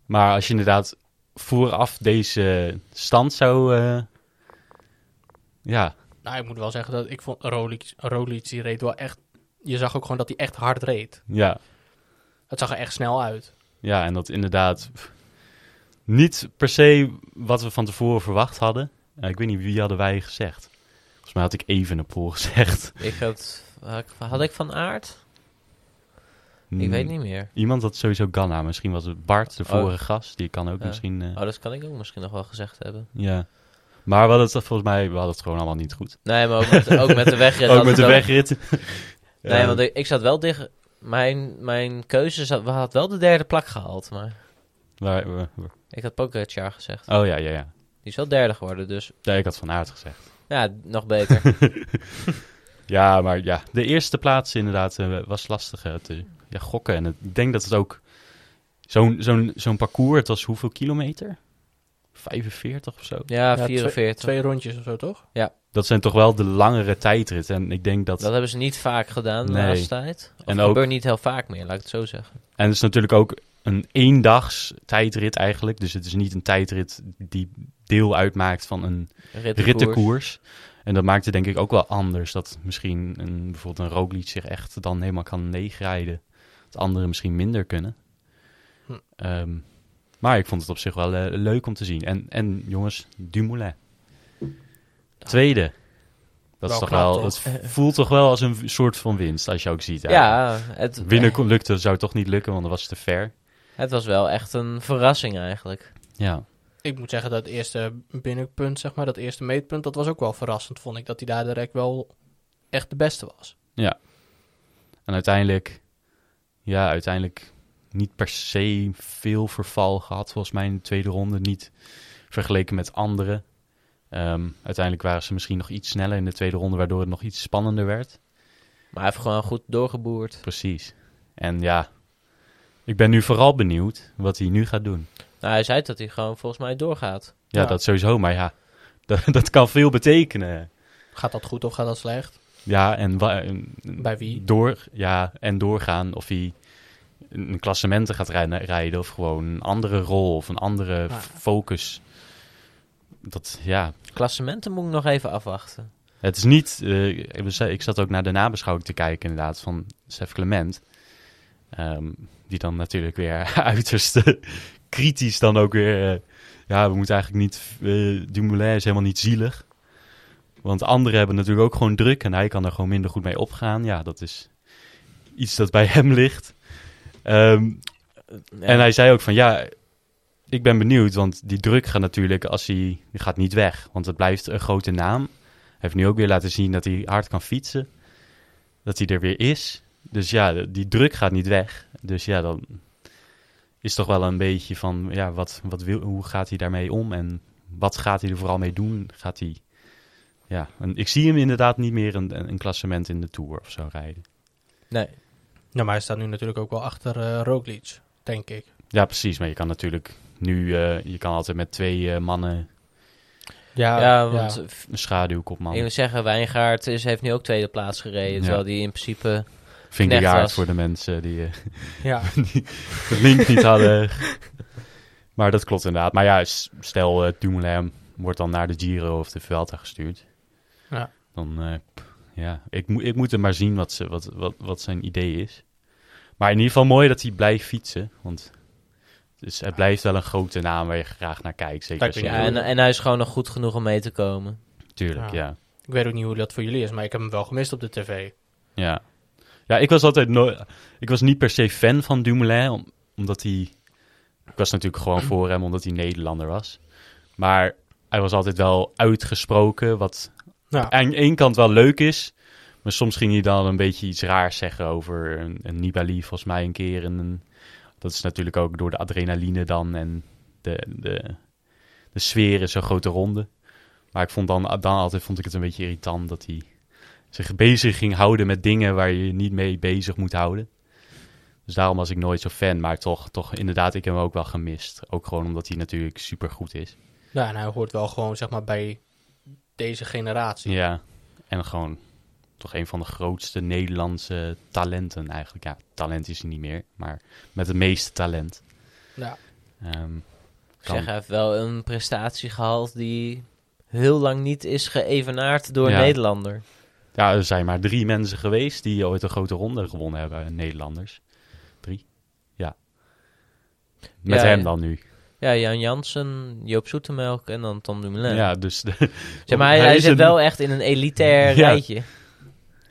Maar als je inderdaad vooraf deze stand zou... eh, ja, Nou, ik moet wel zeggen dat ik vond Roglic, Roglic die reed wel echt... Je zag ook gewoon dat hij echt hard reed. ja, Het zag er echt snel uit. ja, en dat inderdaad pff, niet per se wat we van tevoren verwacht hadden. Eh, ik weet niet, wie hadden wij gezegd? Volgens mij had ik even een pool gezegd. Ik had, had ik van aard? Ik Hmm. weet niet meer. Iemand had sowieso Ghana. Misschien was het Bart, de vorige gast. Die kan ook Oh. Ja. misschien... eh, Oh, dat kan ik ook misschien nog wel gezegd hebben. Ja. Maar we hadden het volgens mij... We hadden het gewoon allemaal niet goed. Nee, maar ook met, ook met de wegrit. ook had met de het wegrit. Nee, Ja. want ik, ik zat wel dicht... Mijn, mijn keuze zat, we had wel de derde plak gehaald, maar... Waar- waar- waar- Ik had Pogacar gezegd. eh, oh ja, ja, ja. Die is wel derde geworden, dus... Ja, ik had Van Aert gezegd. Ja, nog beter. Ja, maar ja. De eerste plaats inderdaad eh, was lastig eh, te ja, gokken. En het- ik denk dat het ook... Zo'n zo'n zo'n parcours, het was hoeveel kilometer? 45 of zo. Ja, Ja, 44. Twee rondjes of zo, toch? Dat zijn toch wel de langere tijdrit. En ik denk dat... Dat hebben ze niet vaak gedaan de Nee. laatste tijd. Of En en ook- gebeurt niet heel vaak meer, laat ik het zo zeggen. En het is natuurlijk ook een eendags tijdrit eigenlijk. Dus het is niet een tijdrit die deel uitmaakt van een Rittenkoers. rittenkoers. En dat maakt het denk ik ook wel anders. Dat misschien een, bijvoorbeeld een Roglic zich echt dan helemaal kan leegrijden. Dat anderen misschien minder kunnen. Hm. Ehm, maar ik vond het op zich wel eh, leuk om te zien. En, en jongens, Dumoulin. Tweede. Dat is Wel toch knap, wel, toch? dat voelt toch wel als een soort van winst als je ook ziet. Ja, eigenlijk. het, Winnen kon- lukte, zou toch niet lukken, want dat was te ver. het was wel echt een verrassing eigenlijk. Ja, Ik moet zeggen dat het eerste binnenpunt, zeg maar, dat eerste meetpunt, dat was ook wel verrassend, vond ik. Dat hij daar direct wel echt de beste was. en uiteindelijk, ja, uiteindelijk niet per se veel verval gehad, volgens mij in de tweede ronde. Niet vergeleken met anderen. Ehm, uiteindelijk waren ze misschien nog iets sneller in de tweede ronde, waardoor het nog iets spannender werd. Maar hij heeft gewoon goed doorgeboerd. Precies. En ja, ik ben nu vooral benieuwd wat hij nu gaat doen. Nou, hij zei dat hij gewoon volgens mij doorgaat. Ja, Ja. dat sowieso, maar ja, dat, dat kan veel betekenen. Gaat dat goed of gaat dat slecht? Ja, en wa- en- Bij wie? Door, ja, en doorgaan of hij een klassementen gaat rijden, rijden of gewoon een andere rol of een andere Ah. f- focus. Dat, ja, Klassementen moet ik nog even afwachten. het is niet... eh, ik was- ik zat ook naar de nabeschouwing te kijken inderdaad van Sef Clement. Ehm, die dan natuurlijk weer uiterst eh, kritisch dan ook weer... eh, ja, we moeten eigenlijk niet... eh Dumoulin is helemaal niet zielig. Want anderen hebben natuurlijk ook gewoon druk en hij kan er gewoon minder goed mee opgaan. Ja, dat is iets dat bij hem ligt. Ehm, en hij zei ook van ja, ik ben benieuwd, want die druk gaat natuurlijk als hij die gaat niet weg, want het blijft een grote naam. Hij heeft nu ook weer laten zien dat hij hard kan fietsen, dat hij er weer is. Dus ja, de- die druk gaat niet weg. Dus ja, dan is toch wel een beetje van ja, wat, wat wil, hoe gaat hij daarmee om en wat gaat hij er vooral mee doen? Gaat hij ja, en ik zie hem inderdaad niet meer een, een, een klassement in de Tour of zo rijden. Nee, Nou, maar hij staat nu natuurlijk ook wel achter eh Roglic, denk ik. Ja, precies. Maar je kan natuurlijk nu, eh, je kan altijd met twee eh, mannen Ja, ja, want f- Een schaduwkopman. ik wil zeggen, Wijngaard is, heeft nu ook tweede plaats gereden. Ja. Terwijl die in principe... Vingerjaard Knechtras. voor de mensen die eh, ja. de link niet hadden. Maar dat klopt inderdaad. Maar ja, s- stel eh Dumoulin wordt dan naar de Giro of de Vuelta gestuurd. Ja. Dan, eh, pff, ja, ik, moet ik moet hem maar zien wat, ze, wat, wat, wat zijn idee is. Maar in ieder geval mooi dat hij blijft fietsen. Want dus het blijft wel een grote naam waar je graag naar kijkt. Zeker Kijk, als je- Ja, Ja. en, eh, en hij is gewoon nog goed genoeg om mee te komen. Tuurlijk, Ja. ja. Ik weet ook niet hoe dat voor jullie is, maar ik heb hem wel gemist op de tv. Ja. Ja, ik was altijd nooit... Ik was niet per se fan van Dumoulin, om- omdat hij... Ik was natuurlijk gewoon voor hem, omdat hij Nederlander was. Maar hij was altijd wel uitgesproken, wat Ja. aan de ene kant wel leuk is. Maar soms ging hij dan een beetje iets raars zeggen over een, een Nibali, volgens mij een keer. En een- dat is natuurlijk ook door de adrenaline dan en de, de, de sfeer in zo'n grote ronde. Maar ik vond dan, dan altijd vond ik het een beetje irritant dat hij zich bezig ging houden met dingen waar je je niet mee bezig moet houden. Dus daarom was ik nooit zo fan, maar toch, toch inderdaad, ik heb hem ook wel gemist. Ook gewoon omdat hij natuurlijk supergoed is. Ja, en hij hoort wel gewoon zeg maar bij deze generatie. Ja, en gewoon toch een van de grootste Nederlandse talenten eigenlijk. Ja, talent is hij niet meer, maar met het meeste talent. Ja. Ehm, Ik Kan. zeg, hij heeft wel een prestatie gehaald die heel lang niet is geëvenaard door Ja. een Nederlander. ja, er zijn maar drie mensen geweest die ooit een grote ronde gewonnen hebben, Nederlanders. Drie? Ja. Met Ja, hem ja. dan nu. Ja, Jan Jansen, Joop Zoetemelk en dan Tom Dumoulin. Ja, dus de, Zeg maar, hij, hij is zit een- wel echt in een elitair Ja. rijtje.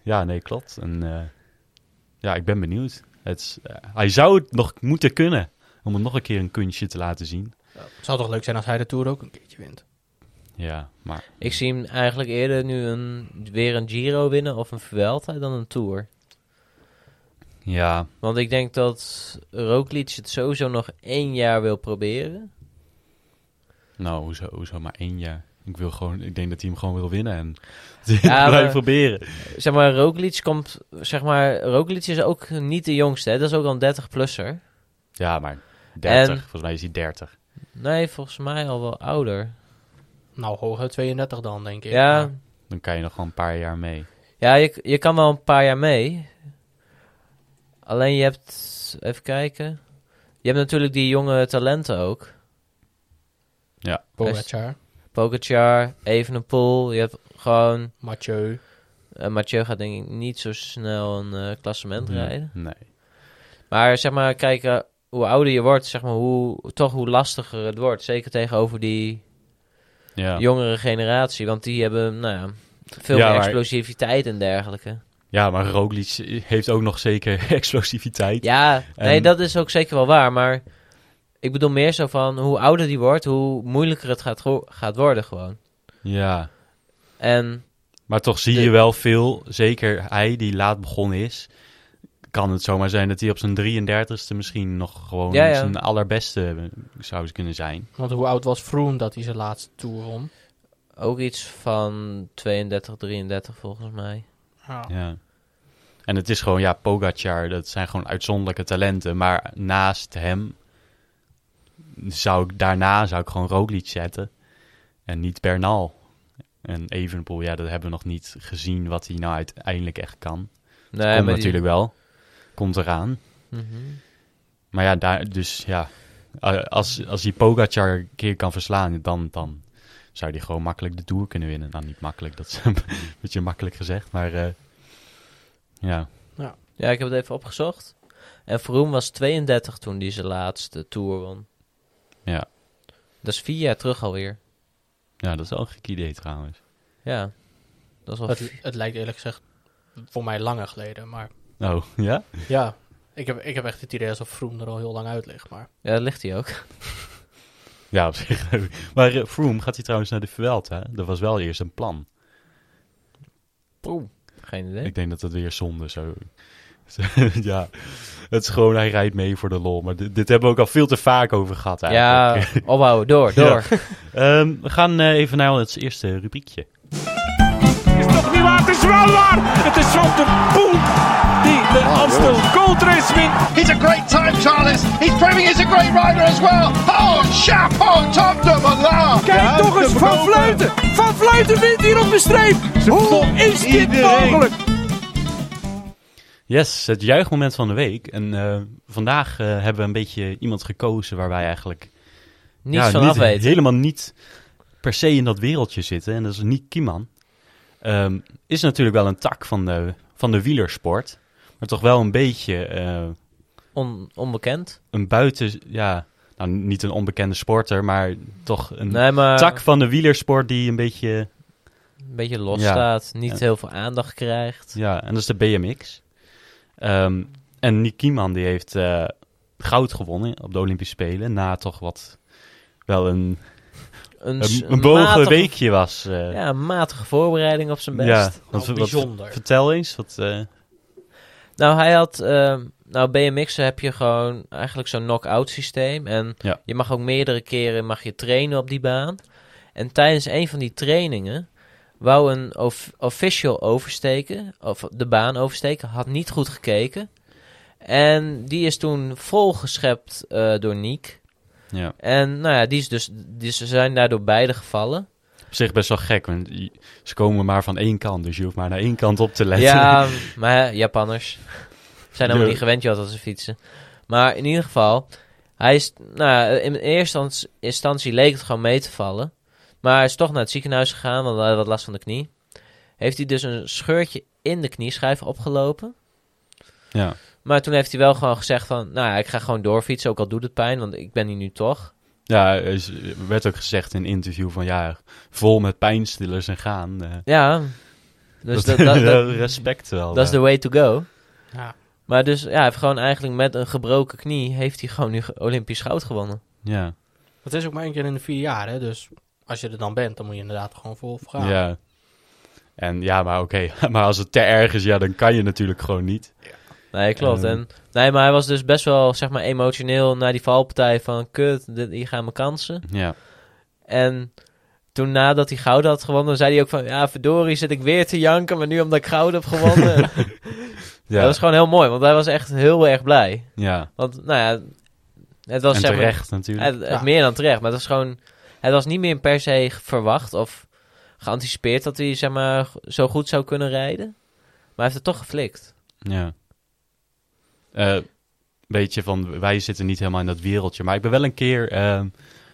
Ja, nee, klopt. En eh, ja, ik ben benieuwd. Het is, eh, hij zou het nog moeten kunnen om het nog een keer een kunstje te laten zien. Het zou toch leuk zijn als hij de Tour ook een keertje wint. Ja, maar Ik zie hem eigenlijk eerder nu een, weer een Giro winnen of een Vuelta dan een Tour. ja, Want ik denk dat Roglic het sowieso nog één jaar wil proberen. nou, hoezo, hoezo maar één jaar? Ik, wil gewoon, ik denk dat hij hem gewoon wil winnen en Ja, blijft maar- proberen. Zeg maar, Roglic komt... Zeg maar, Roglic is ook niet de jongste, hè? Dat is ook al een 30-plusser. Ja, maar 30, En- volgens mij is hij 30. Nee, volgens mij al wel ouder. Nou, hooguit 32 dan, denk ik. Ja, Maar Dan kan je nog wel een paar jaar mee. ja je, je kan wel een paar jaar mee. Alleen je hebt... Even kijken. Je hebt natuurlijk die jonge talenten ook. Pogacar, Pogacar, Evenepoel. Je hebt gewoon... Mathieu. eh, Mathieu gaat denk ik niet zo snel een eh, klassement rijden. Nee. Maar zeg maar, kijk, eh, hoe ouder je wordt, zeg maar, hoe, toch hoe lastiger het wordt. Zeker tegenover die Ja. jongere generatie. Want die hebben, nou ja, veel Ja, meer maar- explosiviteit en dergelijke. ja, maar Roglic heeft ook nog zeker explosiviteit. Ja, nee, En- dat is ook zeker wel waar. Maar ik bedoel meer zo van, hoe ouder die wordt, hoe moeilijker het gaat, go- gaat worden gewoon. ja. En Maar toch zie De- je wel veel, zeker hij die laat begonnen is, kan het zomaar zijn dat hij op zijn 33ste misschien nog gewoon Ja, ja. zijn allerbeste eh, zou kunnen zijn. Want hoe oud was Froome dat hij zijn laatste Tour won? ook iets van 32, 33 volgens mij. Ja. En het is gewoon, ja, Pogacar, dat zijn gewoon uitzonderlijke talenten, maar naast hem zou ik daarna zou ik gewoon Roglic zetten en niet Bernal. En Evenepoel, ja, dat hebben we nog niet gezien wat hij nou uiteindelijk echt kan. Nee, Komt maar die- natuurlijk wel. Komt eraan. Mhm. Maar ja, daar, dus ja, eh, als, als hij Pogacar een keer kan verslaan, dan, dan zou hij gewoon makkelijk de Tour kunnen winnen. Nou, niet makkelijk, dat is een beetje makkelijk gezegd, maar eh, ja. Ja, ik heb het even opgezocht. En Vroom was 32 toen hij zijn laatste Tour won. Ja. Dat is vier jaar terug alweer. ja, dat is wel een gek idee trouwens. Ja. Dat is wel Het, vi- het lijkt eerlijk gezegd voor mij langer geleden. Maar Oh, ja? ja, ik heb, ik heb echt het idee alsof Froome er al heel lang uit ligt. Maar Ja, dat ligt hij ook. Ja, op zich. leuk. Maar eh, Froome gaat hij trouwens naar de Vuelta. Dat was wel eerst een plan. Oeh. Geen idee. Ik denk dat dat weer zonde zo. ja, het is gewoon, hij rijdt mee voor de lol. Maar dit, dit hebben we ook al veel te vaak over gehad eigenlijk. ja, opbouwen. Door, Ja. door. Ehm, we gaan eh, even naar ons eerste rubriekje. is toch niet waar? Het is wel waar! Het is Van de Poel die de Amstel Gold Race wint. Oh, He's a great time, Charles. He's proving he's a great rider as well. Oh, chapeau, top de Malar. Kijk toch eens, Van Vleuten! Van Vleuten wint hier op de streep! Hoe is dit mogelijk? Yes, het juichmoment van de week. En eh, vandaag eh, hebben we een beetje iemand gekozen waar wij eigenlijk Niets ja, van niet- af weten. helemaal niet per se in dat wereldje zitten. En dat is Nick Kieman. Ehm, is natuurlijk wel een tak van de, van de wielersport. Maar toch wel een beetje eh, On, onbekend. een buiten... Ja, nou, niet een onbekende sporter, maar toch een Nee, maar tak van de wielersport die een beetje... een beetje los Ja. staat. Niet Ja. heel veel aandacht krijgt. Ja, en dat is de BMX. Ehm, en Nick Kieman die heeft eh, goud gewonnen op de Olympische Spelen. Na toch wat wel een, s- een, een bogen matige- weekje was. eh. Ja, een matige voorbereiding op zijn best. Ja, Wel bijzonder. vertel eens. Wat, eh, Nou, hij had. ehm, nou, BMX heb je gewoon eigenlijk zo'n knock-out systeem. En Ja. je mag ook meerdere keren mag je trainen op die baan. En tijdens een van die trainingen wou een of- official oversteken, of de baan oversteken, had niet goed gekeken. En die is toen volgeschept eh, door Niek. ja. En nou ja, die is dus, die, ze zijn daardoor beide gevallen. Op zich best wel gek, want je- ze komen maar van één kant. Dus je hoeft maar naar één kant op te letten. Ja, maar Japanners zijn helemaal Ja. niet gewend joh, dat ze fietsen. Maar in ieder geval, hij is, nou, ja, in eerste inst- instantie leek het gewoon mee te vallen. Maar hij is toch naar het ziekenhuis gegaan, want hij had wat last van de knie. Heeft hij dus een scheurtje in de knieschijf opgelopen. Ja. Maar toen heeft hij wel gewoon gezegd van, nou ja, ik ga gewoon doorfietsen, ook al doet het pijn, want ik ben hier nu toch. Ja, er is- er werd ook gezegd in een interview van ja, vol met pijnstillers en gaan. eh. Ja, dus dat, dat, dat, dat, respect wel. dat is ja. the way to go. ja, Maar dus, ja, hij heeft gewoon eigenlijk met een gebroken knie, heeft hij gewoon nu ge- Olympisch goud gewonnen. Ja. het is ook maar één keer in de vier jaar. Hè, dus als je er dan bent, dan moet je inderdaad gewoon vol voor Ah. gaan. Ja. En ja, maar oké. Maar als het te erg is, ja, dan kan je natuurlijk gewoon niet. Nee, klopt. Ehm. en, nee, maar hij was dus best wel zeg maar, emotioneel na die valpartij van... kut, dit, hier gaan mijn kansen. Ja. En toen nadat hij goud had gewonnen, zei hij ook van... ja, verdorie, zit ik weer te janken, maar nu omdat ik goud heb gewonnen. Ja. Dat was gewoon heel mooi, want hij was echt heel erg blij. ja. Want, nou ja, Het was en zeg maar- terecht natuurlijk. het, het Ja. Meer dan terecht, maar het was gewoon... Het was niet meer per se ge- verwacht of geanticipeerd dat hij zeg maar, g- zo goed zou kunnen rijden. Maar hij heeft het toch geflikt. Ja. Eh, beetje van, wij zitten niet helemaal in dat wereldje. Maar ik ben wel een keer ehm,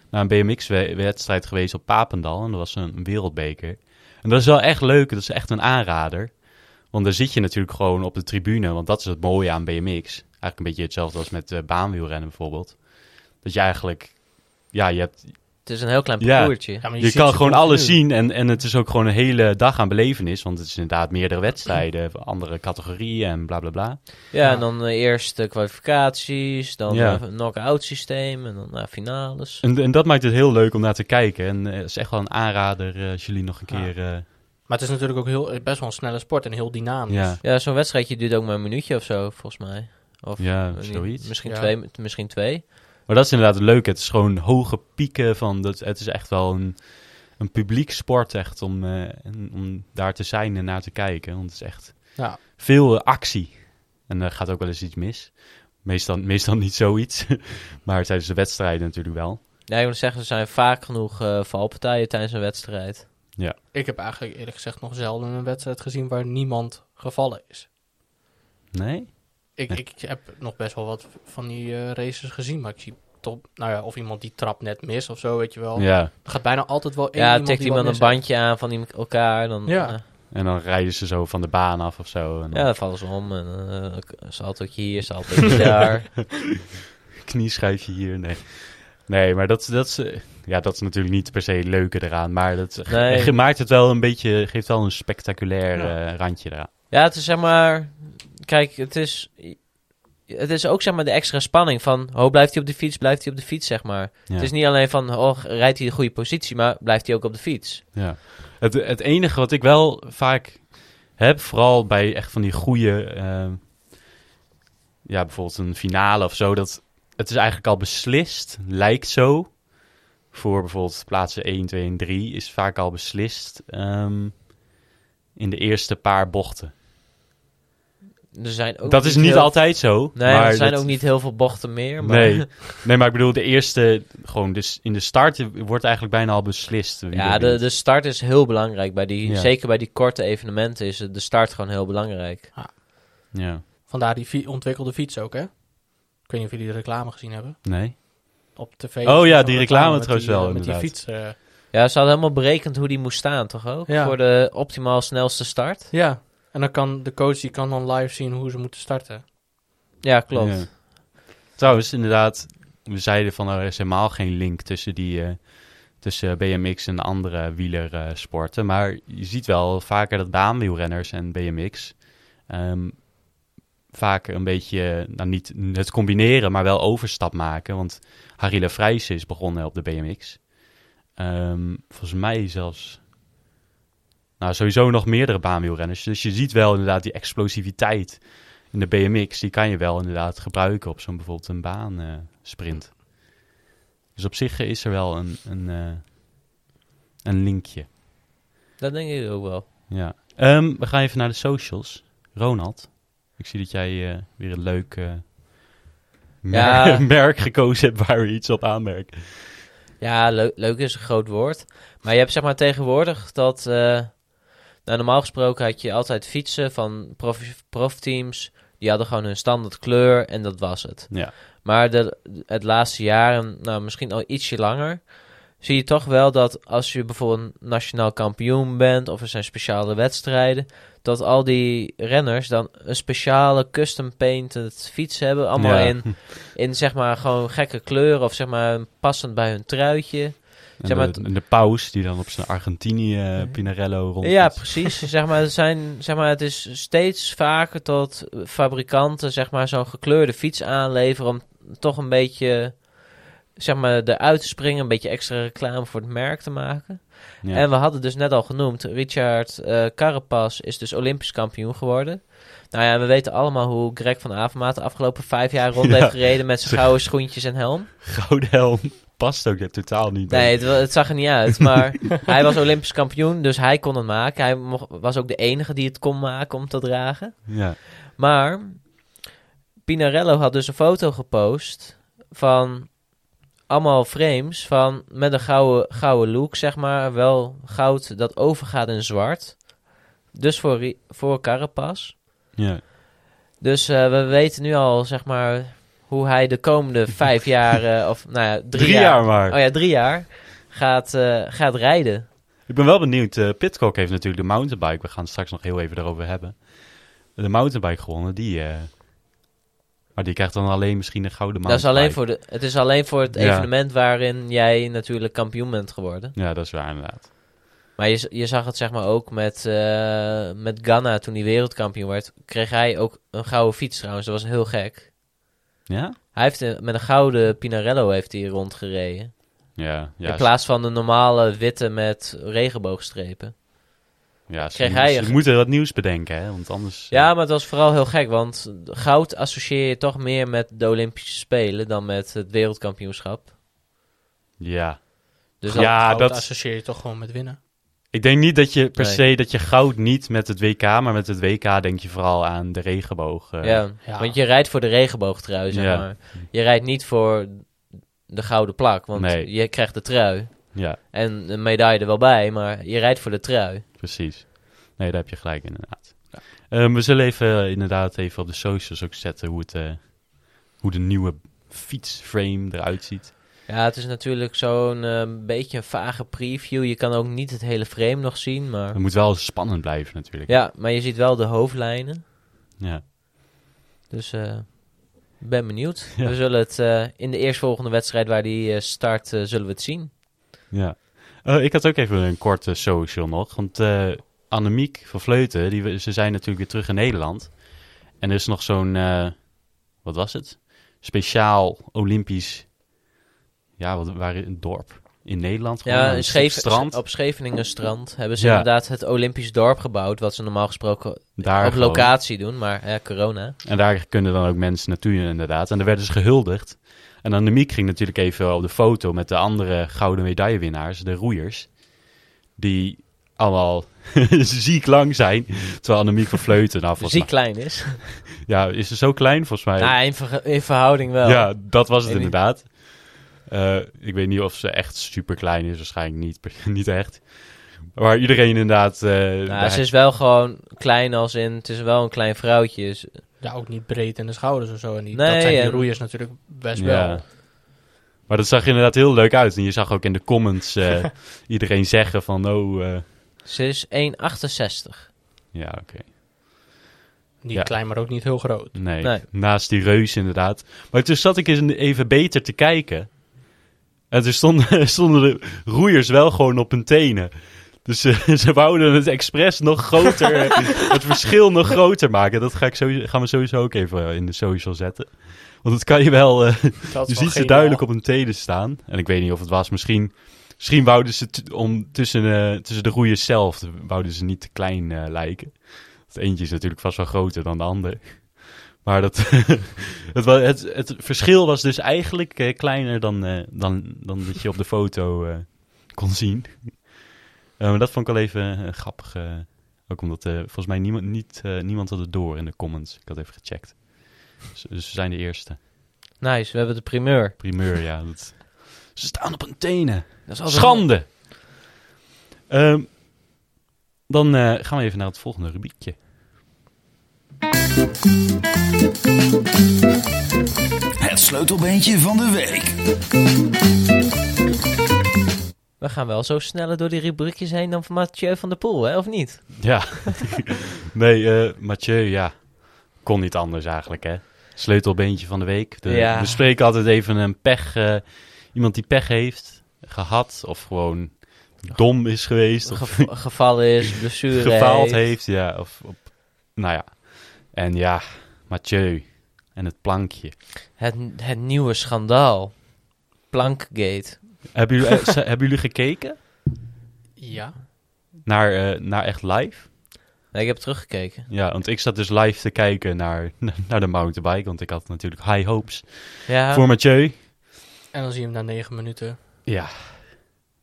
naar een BMX-wedstrijd geweest op Papendal. En dat was een, een wereldbeker. En dat is wel echt leuk. Dat is echt een aanrader. Want daar zit je natuurlijk gewoon op de tribune. Want dat is het mooie aan BMX. Eigenlijk een beetje hetzelfde als met eh, baanwielrennen bijvoorbeeld. Dat je eigenlijk... Ja, je, hebt, Het is een heel klein Ja. parcoursje. Ja, maar je, ziet kan ze gewoon continu. alles zien. En, en het is ook gewoon een hele dag aan belevenis. Want het is inderdaad meerdere wedstrijden. Andere categorieën en bla bla bla. Ja, Ja. en dan eh, eerst de kwalificaties, dan Ja. eh, een knock-out systeem en dan eh, finales. En, en dat maakt het heel leuk om naar te kijken. En eh, het is echt wel een aanrader eh, als jullie nog een Ja. keer... eh, Maar het is natuurlijk ook heel, best wel een snelle sport en heel dynamisch. ja, Ja, zo'n wedstrijdje duurt ook maar een minuutje of zo, volgens mij. Of ja, eh, zoiets. Misschien, Ja. twee, misschien twee. Maar dat is inderdaad leuk. Het is gewoon hoge pieken van... Dat, het is echt wel een, een publiek sport echt om, eh, en- om daar te zijn en naar te kijken. Want het is echt Ja. veel eh, actie. En er gaat ook wel eens iets mis. Meestal, meestal niet zoiets. maar tijdens de wedstrijden natuurlijk wel. Ja, ik moet zeggen, er zijn vaak genoeg eh, valpartijen tijdens een wedstrijd. Ik heb eigenlijk eerlijk gezegd nog zelden een wedstrijd gezien waar niemand gevallen is. Nee? Ik, Nee. ik heb nog best wel wat van die eh, races gezien, maar ik zie top, nou ja, of iemand die trap net mis of zo, weet je wel. Ja. Er gaat bijna altijd wel één ja, iemand tikt die iemand wat een mis bandje aan van die- elkaar, dan, Ja. eh, En dan rijden ze zo van de baan af of zo. En ja, dan dan vallen ze om. En eh, k- saltootje hier, saltootje daar. knieschijfje hier. Nee. Nee, maar dat, dat, is, eh, ja, dat is natuurlijk niet per se leuke eraan. Maar dat ge- Nee. ge- maakt het wel een beetje, geeft wel een spectaculair eh, randje eraan. Ja, het is zeg maar... Kijk, het is... Het is ook zeg maar de extra spanning van... Oh, blijft hij op de fiets? Blijft hij op de fiets, zeg maar. Ja. Het is niet alleen van... Oh, rijdt hij de goede positie? Maar blijft hij ook op de fiets? Ja. Het, het enige wat ik wel vaak heb, vooral bij echt van die goede, ehm, ja, bijvoorbeeld een finale of zo, dat het is eigenlijk al beslist, lijkt zo. Voor bijvoorbeeld plaatsen 1, 2 en 3 is vaak al beslist ehm, in de eerste paar bochten. Er zijn ook dat is niet heel- altijd zo. Nee, maar er zijn dat- ook niet heel veel bochten meer. Maar Nee. nee, maar ik bedoel, de eerste, gewoon dus in de start wordt eigenlijk bijna al beslist. wie Ja, er de, wint. de start is heel belangrijk. Bij die, Ja. Zeker bij die korte evenementen is het- de start gewoon heel belangrijk. Ja, zijn. Vandaar die fi- ontwikkelde fiets ook, hè? Ik weet niet of jullie de reclame gezien hebben. nee. Op tv. Oh is ja, zo'n die reclame met trouwens die, eh, wel, Met die inderdaad. fiets. eh, Ja, ze hadden helemaal berekend hoe die moest staan, toch ook? Ja. Voor de optimaal snelste start. ja, en dan kan de coach die kan dan live zien hoe ze moeten starten. Ja, klopt. Ja. Trouwens, inderdaad, we zeiden van er is helemaal geen link tussen die eh, tussen BMX en andere wielersporten. maar je ziet wel vaker dat baanwielrenners en BMX ehm, vaak een beetje, nou niet het combineren, maar wel overstap maken. Want Harry Lefrijs is begonnen op de BMX. Ehm, volgens mij zelfs. Nou, sowieso nog meerdere baanwielrenners. Dus je ziet wel inderdaad die explosiviteit in de BMX. Die kan je wel inderdaad gebruiken op zo'n bijvoorbeeld een baansprint. sprint. dus op zich eh, is er wel een, een, eh, een linkje. Dat denk ik ook wel. Ja. Ehm, we gaan even naar de socials. Ronald, ik zie dat jij eh, weer een leuk eh, mer- Ja. merk gekozen hebt waar we iets op aanmerken. Ja, leuk, leuk is een groot woord. Maar je hebt zeg maar tegenwoordig dat... eh, nou, normaal gesproken had je altijd fietsen van prof- profteams. Die hadden gewoon hun standaard kleur en dat was het. Ja. Maar de, het laatste jaar, en nou, misschien al ietsje langer, zie je toch wel dat als je bijvoorbeeld nationaal kampioen bent of er zijn speciale wedstrijden, dat al die renners dan een speciale custom painted fiets hebben. Allemaal Ja. in, in zeg maar gewoon gekke kleuren of zeg maar passend bij hun truitje. En, Zeg maar, de, en de paus die dan op zijn Argentinië eh, Pinarello rond. Ja, precies. zeg maar, het zijn, zeg maar, het is steeds vaker dat fabrikanten zeg maar, zo'n gekleurde fiets aanleveren om toch een beetje zeg maar, eruit te springen, een beetje extra reclame voor het merk te maken. Ja. En we hadden dus net al genoemd, Richard eh Carapaz is dus Olympisch kampioen geworden. Nou ja, we weten allemaal hoe Greg van Avermaat de afgelopen vijf jaar rond Ja. heeft gereden met zijn Zeg. gouden schoentjes en helm. Gouden helm past ook net totaal niet. bij. Nee, het, wa- het zag er niet uit. Maar hij was Olympisch kampioen, dus hij kon het maken. Hij mocht, was ook de enige die het kon maken om te dragen. Ja. Maar Pinarello had dus een foto gepost van allemaal frames van met een gouden, gouden look, zeg maar. Wel goud dat overgaat in zwart. Dus voor, Ri- voor Carapaz. Ja. Dus eh, we weten nu al, zeg maar, hoe hij de komende vijf jaar, eh, of nou ja, drie, Drie jaar, maar. Oh ja, drie jaar gaat, eh, gaat rijden. Ik ben wel benieuwd. eh Pitcock heeft natuurlijk de mountainbike. We gaan het straks nog heel even daarover hebben. De mountainbike gewonnen. Die, eh, maar die krijgt dan alleen misschien een gouden Dat is mountainbike. alleen voor de, het is alleen voor het Ja. evenement waarin jij natuurlijk kampioen bent geworden. Ja, dat is waar inderdaad. Maar je, z- je zag het zeg maar ook met, eh, met Ghana toen hij wereldkampioen werd. Kreeg hij ook een gouden fiets trouwens. Dat was heel gek. Ja? Hij heeft een- met een gouden Pinarello heeft hij rondgereden. Ja. Ja, in plaats van de normale witte met regenboogstrepen. ja ze, kreeg mo- hij ze een- moeten wat nieuws bedenken, hè? Want anders... eh, Ja, maar het was vooral heel gek. Want goud associeer je toch meer met de Olympische Spelen dan met het wereldkampioenschap. ja. Dus dat- ja, Goud dat... associeer je toch gewoon met winnen. Ik denk niet dat je per Nee. se dat je goud niet met het WK, maar met het WK denk je vooral aan de regenboog. eh. ja, Ja. want je rijdt voor de regenboogtrui, zeg Ja. maar. Je rijdt niet voor de gouden plak, want Nee. je krijgt de trui. ja, En een medaille er wel bij, maar je rijdt voor de trui. precies. Nee, daar heb je gelijk inderdaad. Ehm, we zullen even eh, inderdaad even op de socials ook zetten hoe, het, eh, hoe de nieuwe fietsframe eruit ziet. Ja, het is natuurlijk zo'n eh, beetje een vage preview. Je kan ook niet het hele frame nog zien, maar... Het moet wel spannend blijven natuurlijk. Ja, maar je ziet wel de hoofdlijnen. Ja. Dus eh, ik ben benieuwd. Ja. We zullen het eh, in de eerstvolgende wedstrijd waar die eh, start, eh, zullen we het zien. Ja. Eh, ik had ook even een korte social nog. Want eh, Annemiek van Vleuten, die, we- ze zijn natuurlijk weer terug in Nederland. En er is nog zo'n, eh, wat was het? Speciaal Olympisch, ja, wat, waar, een dorp in Nederland. gewoon, Ja, aan in het Scheven- strand. op Scheveningen strand hebben ze Ja. inderdaad het Olympisch dorp gebouwd. Wat ze normaal gesproken daar op gewoon. locatie doen, maar eh, corona. En daar kunnen dan ook mensen naartoe inderdaad. En daar werden ze gehuldigd. En Annemiek ging natuurlijk even op de foto met de andere gouden medaillewinnaars, de roeiers. Die allemaal ziek lang zijn. Terwijl Annemiek van Vleuten af was. Ziek klein is. Ja, is ze zo klein volgens mij? Nou, in, verge- in verhouding wel. Nou, ja, dat was het Weet niet. inderdaad. Eh, ik weet niet of ze echt super klein is, waarschijnlijk niet, niet echt. Maar iedereen inderdaad. eh, Nou, daar- ze is wel gewoon klein als in, het is wel een klein vrouwtje. Dus- Ja, ook niet breed in de schouders of zo. En die, Nee, dat zijn die en- roeiers natuurlijk best Ja. wel. Maar dat zag inderdaad heel leuk uit. En je zag ook in de comments eh, iedereen zeggen van, oh, eh, Ze is 1,68. ja, oké. Niet Ja. klein, maar ook niet heel groot. Nee, Nee. naast die reus inderdaad. Maar toen zat ik eens even beter te kijken. En toen stonden, stonden de roeiers wel gewoon op hun tenen. Dus ze, ze wouden het expres nog groter, het verschil nog groter maken. Dat ga ik sowieso, gaan we sowieso ook even in de social zetten. Want dat kan je wel, eh, Dat je ziet ze duidelijk op hun tenen staan. En ik weet niet of het was, misschien, misschien wouden ze t- om tussen, eh, tussen de roeiers zelf, wouden ze niet te klein eh, lijken. Het eentje is natuurlijk vast wel groter dan de ander. Maar dat, het, wa- het, het verschil was dus eigenlijk eh, kleiner dan, eh, dan, dan dat je op de foto eh, kon zien. Eh, maar dat vond ik al even eh, grappig. eh, ook omdat eh, volgens mij niemand, niet, eh, niemand had het door in de comments. Ik had even gecheckt. Dus, dus we zijn de eerste. Nice, we hebben de primeur. Primeur, ja. Dat... Ze staan op hun tenen. Oh, Dat is altijd- Schande! Ehm, dan eh, gaan we even naar het volgende rubriekje. Het sleutelbeentje van de week. We gaan wel zo sneller door die rubriekjes heen dan van Mathieu van der Poel, hè, of niet? Ja. nee, eh, Mathieu, ja. Kon niet anders eigenlijk, hè. Sleutelbeentje van de week. De- Ja. We spreken altijd even een pech. eh, iemand die pech heeft gehad. Of gewoon dom is geweest. Of Geva- gevallen is, blessure gefaald heeft. heeft. Ja, of, op, nou ja. En ja, Mathieu. En het plankje. Het, het nieuwe schandaal. Plankgate. Hebben jullie, eh, ze- hebben jullie gekeken Ja. naar, eh, naar echt live? Nee, ik heb teruggekeken. Ja, want ik zat dus live te kijken naar, naar de mountainbike. Want ik had natuurlijk high hopes Ja, voor Mathieu. En dan zie je hem na negen minuten. Ja.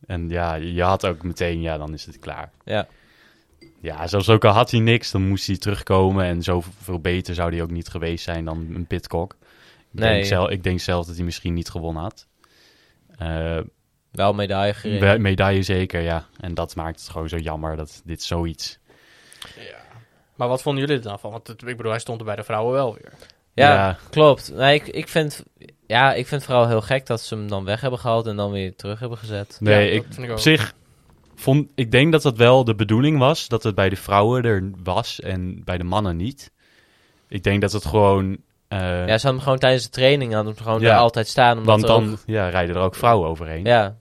En ja, je had ook meteen, ja, dan is het klaar. ja. Ja, zelfs ook al had hij niks, dan moest hij terugkomen. En zo veel beter zou hij ook niet geweest zijn dan een pitkok. Ik, Nee. denk zelf, ik denk zelf dat hij misschien niet gewonnen had. Eh Wel medaille gering. we- medaille zeker, ja. En dat maakt het gewoon zo jammer dat dit zoiets... Maar wat vonden jullie er dan van? Want het- ik bedoel, hij stond er bij de vrouwen wel weer. Ja, Ja. klopt. Nee, ik, ik, vind, ja, ik vind het vooral heel gek dat ze hem dan weg hebben gehaald en dan weer terug hebben gezet. Nee, Ja, ik, dat vind ik op ook. zich vond... Ik denk dat dat wel de bedoeling was, dat het bij de vrouwen er was en bij de mannen niet. Ik denk dat het gewoon... eh, Ja, ze hadden hem gewoon tijdens de training hadden hem gewoon Ja. daar altijd staan. Omdat want er ook- dan ja, rijden er ook vrouwen overheen. ja,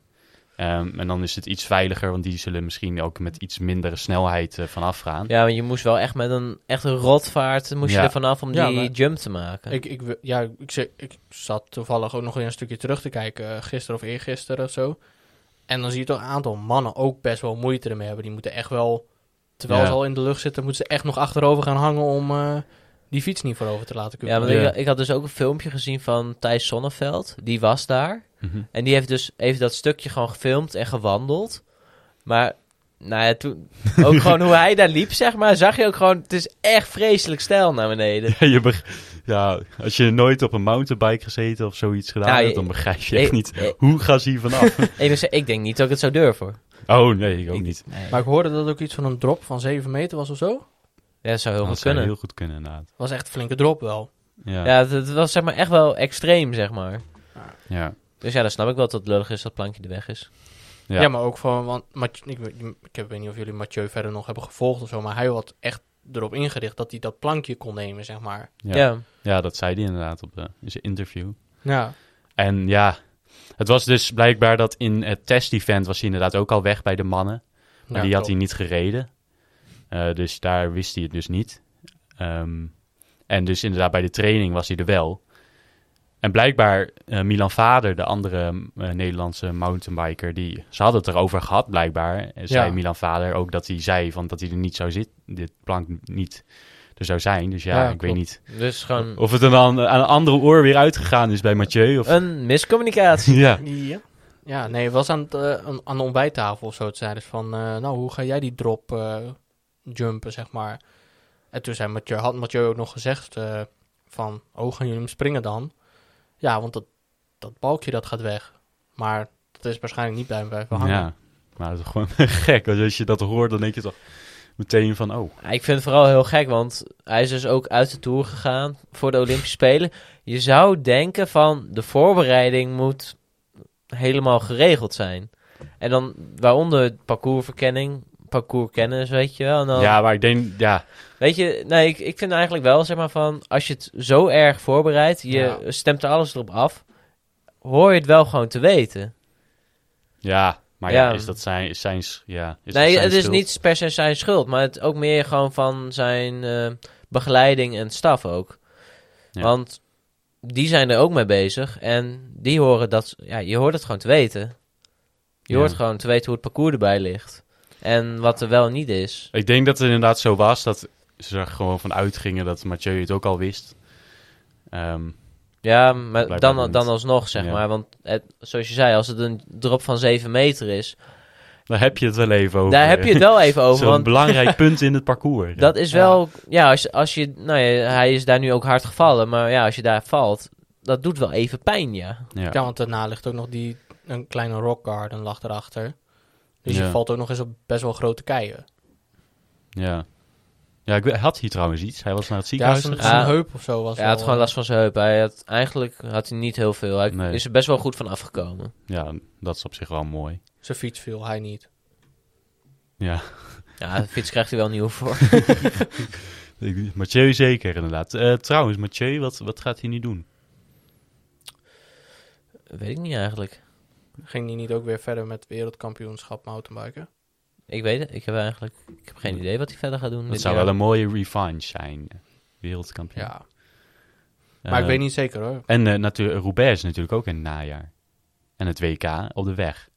Ehm, en dan is het iets veiliger, want die zullen misschien ook met iets mindere snelheid eh, vanaf gaan. ja, want je moest wel echt met een, echt een rotvaart moest Ja. je er vanaf om Ja, die maar- jump te maken. Ik, ik, we- ja, ik, ze- ik zat toevallig ook nog weer een stukje terug te kijken, eh, gisteren of eergisteren of zo. En dan zie je toch een aantal mannen ook best wel moeite ermee hebben. Die moeten echt wel, terwijl Ja. ze al in de lucht zitten, moeten ze echt nog achterover gaan hangen om eh, die fiets niet voorover te laten kunnen. ja, want Ja. Ik, ik had dus ook een filmpje gezien van Thijs Sonneveld. Die was daar. Mhm. En die heeft dus heeft dat stukje gewoon gefilmd en gewandeld. Maar, nou ja, toen... Ook gewoon hoe hij daar liep, zeg maar, zag je ook gewoon... Het is echt vreselijk stijl naar beneden. Je beg- ja, als je nooit op een mountainbike gezeten of zoiets gedaan Nou, hebt, je- dan begrijp je echt ik- niet ik- hoe gaan ze hier vanaf. Ik, moet zeggen, ik denk niet dat ik het zou durven. hoor. oh nee, ik ook niet. Maar ik hoorde dat ook iets van een drop van 7 meter was of zo. Ja, dat zou heel Dat goed zou kunnen. heel goed kunnen inderdaad. was echt een flinke drop wel. Ja, ja. Ja, het, het was zeg maar echt wel extreem, zeg maar. ja. Dus ja, dan snap ik wel dat het lullig is dat plankje de weg is. Ja. Ja, maar ook van, want Mat- ik, weet- ik heb- weet niet of jullie Mathieu verder nog hebben gevolgd of zo, maar hij had echt erop ingericht dat hij dat plankje kon nemen, zeg maar. Ja. dat zei hij inderdaad op, eh, in zijn interview. Ja, En ja, het was dus blijkbaar dat in het test-event was hij inderdaad ook al weg bij de mannen. Maar die had hij niet gereden. Eh, dus daar wist hij het dus niet. Ehm, en dus inderdaad, bij de training was hij er wel. En blijkbaar, eh, Milan Vader, de andere eh, Nederlandse mountainbiker, die, ze hadden het erover gehad blijkbaar. En zei Ja. Milan Vader ook dat hij zei van, dat hij er niet zou zitten, dit plank niet er zou zijn. Dus ja, Ja, ik klopt. weet niet Dus gewoon of het een aan, aan een andere oor weer uitgegaan is bij Mathieu. Eh, Of, een miscommunicatie. ja. Ja. Ja, nee, het was aan, het, eh, aan- aan de ontbijttafel of zo. Toen zeiden ze van, eh, nou, hoe ga jij die drop eh, jumpen, zeg maar. En toen zei Mathieu, had Mathieu ook nog gezegd eh, van, oh, gaan jullie hem springen dan? Ja, want dat, dat balkje, dat gaat weg. Maar dat is waarschijnlijk niet bij hem blijven hangen. ja, maar dat is gewoon gek. Want Als je dat hoort, dan denk je toch meteen van, oh, Ja, Ah, ik vind het vooral heel gek, want hij is dus ook uit de Tour gegaan voor de Olympische Spelen. Je zou denken van, de voorbereiding moet helemaal geregeld zijn. En dan, waaronder parcoursverkenning, parcourskennis, weet je wel. En dan, ja, maar ik denk, ja, Weet je, nee, ik, ik vind eigenlijk wel, zeg maar, van als je het zo erg voorbereidt, je Ja. stemt er alles erop af, hoor je het wel gewoon te weten. Ja, maar ja, Ja. is dat zijn, is zijn s- ja, is dat nee, zijn het is schuld? niet per se zijn schuld, maar het ook meer gewoon van zijn eh, begeleiding en staf ook. Ja. Want die zijn er ook mee bezig en die horen dat, ja, je hoort het gewoon te weten. Je Ja. hoort gewoon te weten hoe het parcours erbij ligt en wat er wel en niet is. Ik denk dat het inderdaad zo was dat ze er gewoon van uitgingen dat Mathieu het ook al wist. Ehm, Ja, maar Blijkbaar dan, niet. dan alsnog, zeg Ja. maar. Want het, zoals je zei, als het een drop van 7 meter is, daar heb je het wel even over. daar heb je het wel even over. Zo'n want belangrijk punt in het parcours. dat is wel... Ja, als, als je... Nou ja, hij is daar nu ook hard gevallen. Maar ja, als je daar valt, dat doet wel even pijn, ja. ja. Ja, want daarna ligt ook nog die, een kleine rock garden lag erachter. Dus Ja. je valt ook nog eens op best wel grote keien. ja. Ja, ik we- had hier trouwens iets. Hij was naar het Ja, ziekenhuis. zo'n gegaan. zo'n Ja. heup of zo was Hij had wel, gewoon eh, last van zijn heup. Hij had, eigenlijk had hij niet heel veel. Hij Nee. is er best wel goed van afgekomen. ja, dat is op zich wel mooi. Zijn fiets viel, hij niet. Ja, Ja, de fiets krijgt hij wel nieuw voor. Ik- Mathieu zeker inderdaad. Eh, trouwens, Mathieu, wat, wat gaat hij nu doen? Weet ik niet eigenlijk. Ging die niet ook weer verder met wereldkampioenschap mountainbiken? Ik weet het. Ik heb eigenlijk... Ik heb geen idee wat hij verder gaat doen. Dat dit zou jaar. wel een mooie revanche zijn. eh, Wereldkampioen. Ja. Maar ik Eh, weet niet zeker hoor. En eh natuurlijk, Roubaix is natuurlijk ook in het najaar. En het WK op de weg.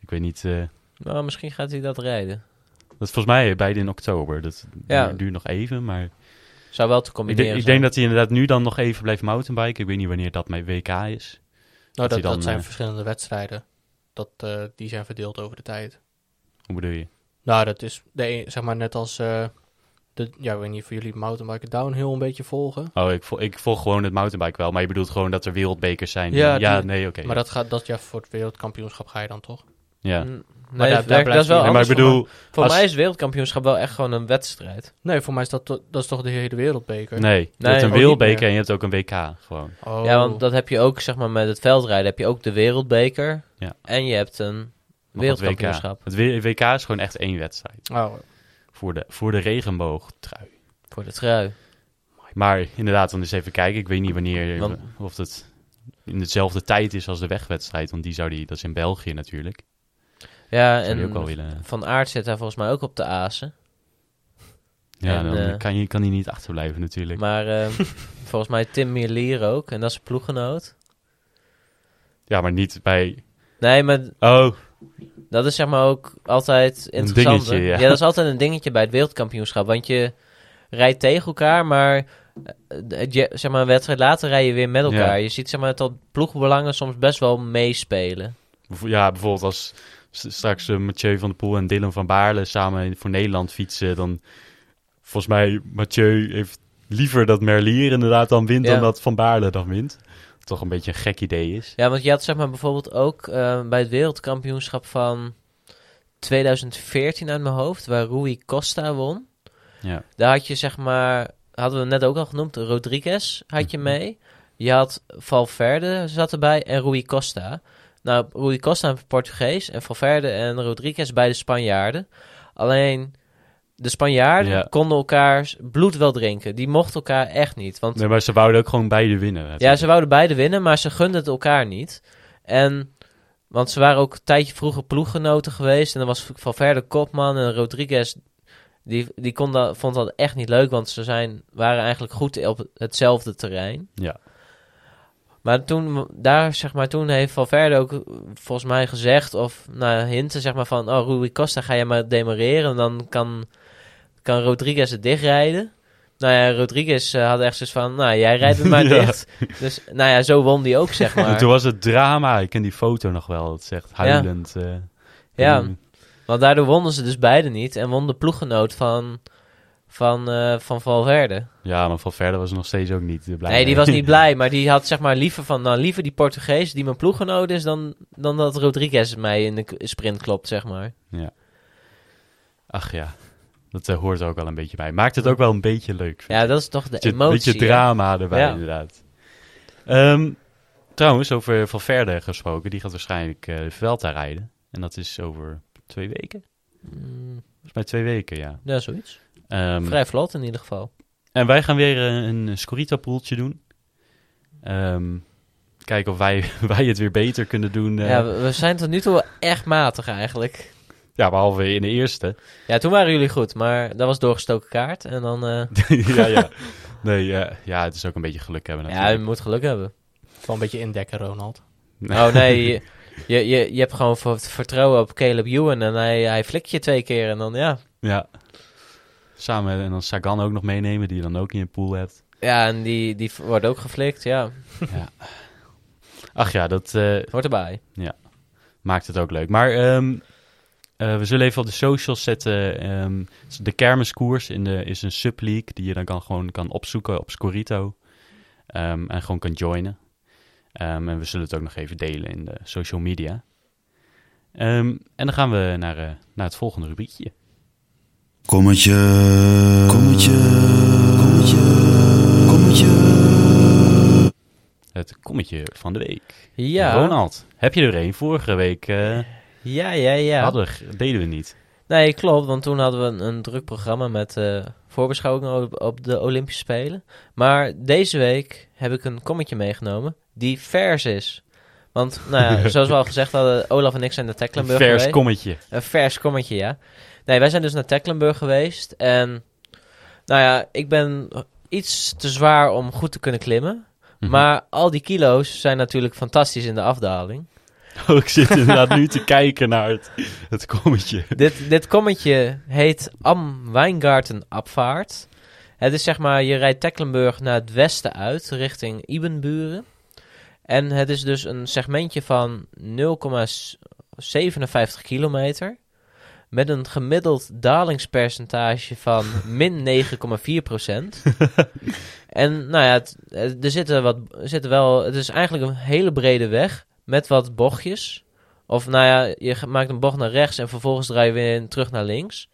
Ik weet niet, eh, Nou, misschien gaat hij dat rijden. dat is volgens mij eh, beide in oktober. Dat Ja. duurt, duurt nog even, maar Zou wel te ik, combineren denk- ik zijn. denk dat hij inderdaad nu dan nog even blijft mountainbiken. Ik weet niet wanneer dat mijn WK is. hij Nou, dat, dan, dat zijn eh, verschillende wedstrijden. Dat, eh, die zijn verdeeld over de tijd. Hoe bedoel je? e- Nou, dat is de, een- zeg maar net als eh, de, ja, ik weet niet of jullie mountainbiken downhill een beetje volgen. Oh, ik, vol- ik volg gewoon het mountainbike wel. Maar je bedoelt gewoon dat er wereldbekers zijn. Ja, Ja, ja die- nee, oké. Maar dat gaat, dat, ja, voor het wereldkampioenschap ga je dan toch? ja. Mm, Maar nee, daar- dat daar werkt- dat is wel blijft Nee, maar anders. ik bedoel... Voor als- mij is wereldkampioenschap wel echt gewoon een wedstrijd. Nee, voor mij is dat, to- dat is toch de hele wereldbeker? Nee, je Nee, hebt ook een niet wereldbeker meer. en je hebt ook een WK gewoon. Oh. Ja, want dat heb je ook, zeg maar, met het veldrijden heb je ook de wereldbeker. Ja. En je hebt een Nog het wereldkampioenschap. WK. Het W- WK is gewoon echt één wedstrijd. Oh, Voor de, voor de regenboogtrui. voor de trui. Maar inderdaad, dan eens even kijken. Ik weet niet wanneer, Want- of het in dezelfde tijd is als de wegwedstrijd. Want die zou die, dat is in België natuurlijk. Ja, Zou die en ook wel willen. Van Aert zit daar volgens mij ook op de azen. Ja, en, dan eh, kan, je, kan die niet achterblijven natuurlijk. Maar ehm, volgens mij Tim Mierlier ook. En dat is ploeggenoot. ja, maar niet bij... Nee, maar Oh, dat is zeg maar ook altijd interessant. hè? dingetje, ja. dat is altijd een dingetje bij het wereldkampioenschap. Want je rijdt tegen elkaar, maar eh, het je, zeg maar, een wedstrijd later rij je weer met elkaar. Ja. Je ziet zeg maar, dat ploegbelangen soms best wel meespelen. bevo- ja, bijvoorbeeld als s- straks eh, Mathieu van der Poel en Dylan van Baarle samen in- voor Nederland fietsen. Dan volgens mij Mathieu heeft liever dat Merlier inderdaad dan wint Ja. dan dat Van Baarle dan wint. Toch een beetje een gek idee is. Ja, want je had zeg maar, bijvoorbeeld ook eh, bij het wereldkampioenschap van 2014 uit mijn hoofd, waar Rui Costa won. Ja, Daar had je zeg maar, hadden we net ook al genoemd, Rodriguez had Mhm. je mee. Je had Valverde zat erbij en Rui Costa. Nou, Rui Costa een Portugees en Valverde en Rodriguez beide Spanjaarden. Alleen de Spanjaarden Ja. konden elkaars bloed wel drinken. Die mochten elkaar echt niet. Want nee, maar ze wouden ook gewoon beide winnen. ja, ze wouden beide winnen, maar ze gunden het elkaar niet. En, want ze waren ook een tijdje vroeger ploeggenoten geweest. En dan was Valverde kopman en Rodriguez... Die, die kon dat, vond dat echt niet leuk, want ze zijn, waren eigenlijk goed op hetzelfde terrein. Ja. Maar toen, daar, zeg maar, toen heeft Valverde ook eh, volgens mij gezegd, of nou, hinten zeg maar van, oh, Rui Costa, ga jij maar demareren, en dan kan, kan Rodriguez het dichtrijden. Nou ja, Rodriguez eh, had echt zoiets van, nou, jij rijdt het maar Ja. dicht. Dus, nou ja, zo won die ook, zeg En toen maar. was het drama. Ik ken die foto nog wel. Het zegt huilend. eh, Ja. en- Want daardoor wonnen ze dus beide niet, en won de ploeggenoot van, van, eh, van Valverde. ja, maar Valverde was nog steeds ook niet eh, blij. Nee, die was niet blij, maar die had zeg maar liever van, nou, liever die Portugees die mijn ploeggenoot is, dan, dan dat Rodriguez mij in de k- sprint klopt, zeg maar. Ach ja, dat eh, hoort er ook wel een beetje bij. Maakt het ook wel een beetje leuk. vind ik. Ja, dat is toch de Beetje- emotie. beetje hè? drama erbij, Ja. inderdaad. Ehm, trouwens, over Valverde gesproken. Die gaat waarschijnlijk eh de Vuelta rijden. En dat is over twee weken. Mm, Volgens mij twee weken, ja. Ja, zoiets. Ehm, Vrij vlot in ieder geval. En wij gaan weer eh, een Scorita-poeltje doen. Ehm, kijken of wij, wij het weer beter kunnen doen. eh, Ja, we, we zijn tot nu toe wel echt matig eigenlijk. Ja, behalve in de eerste. Ja, toen waren jullie goed, maar dat was doorgestoken kaart. En dan, eh, ja, ja. Nee, ja, ja, het is ook een beetje geluk hebben ja, je natuurlijk. moet geluk hebben. wel een beetje indekken, Ronald. Oh nee, je, je, je, je hebt gewoon ver- vertrouwen op Caleb Ewan en hij, hij flikt je twee keer. En dan, ja. Ja. Samen en dan Sagan ook nog meenemen, die je dan ook in je pool hebt. Ja, en die, die wordt ook geflikt, ja. Ach ja, dat eh, Hoort erbij. maakt het ook leuk. Maar ehm, eh, we zullen even op de socials zetten. ehm, de kermiskoers in de, is een subleague die je dan kan, gewoon kan opzoeken op Scorito. Ehm, en gewoon kan joinen. Ehm, en we zullen het ook nog even delen in de social media. Ehm, en dan gaan we naar, eh, naar het volgende rubriekje. Kommetje. Kommetje. Kommetje. Kommetje. Het kommetje van de week. Ja, Ronald, heb je er een? Vorige week eh, ja, ja, ja. hadden we, deden we niet. Nee, klopt, want toen hadden we een, een druk programma met eh, voorbeschouwingen op, op de Olympische Spelen. Maar deze week heb ik een kommetje meegenomen die vers is. Want, nou ja, zoals we al gezegd hadden, Olaf en ik zijn naar Een Tecklenburg vers geweest. kommetje. Een vers kommetje, ja. Nee, wij zijn dus naar Tecklenburg geweest. En, nou ja, ik ben iets te zwaar om goed te kunnen klimmen. Mhm. Maar al die kilo's zijn natuurlijk fantastisch in de afdaling. Oh, ik zit inderdaad nu te kijken naar het, het kommetje. dit, dit kommetje heet Am Weingarten Abvaart. Het is zeg maar, je rijdt Tecklenburg naar het westen uit, richting Ibenburen. En het is dus een segmentje van 0,57 kilometer. met een gemiddeld dalingspercentage van min 9,4 en nou ja, het, eh, er zitten wat, er zitten wel, het is eigenlijk een hele brede weg met wat bochtjes. Of nou ja, je ge- maakt een bocht naar rechts en vervolgens draai je weer terug naar links.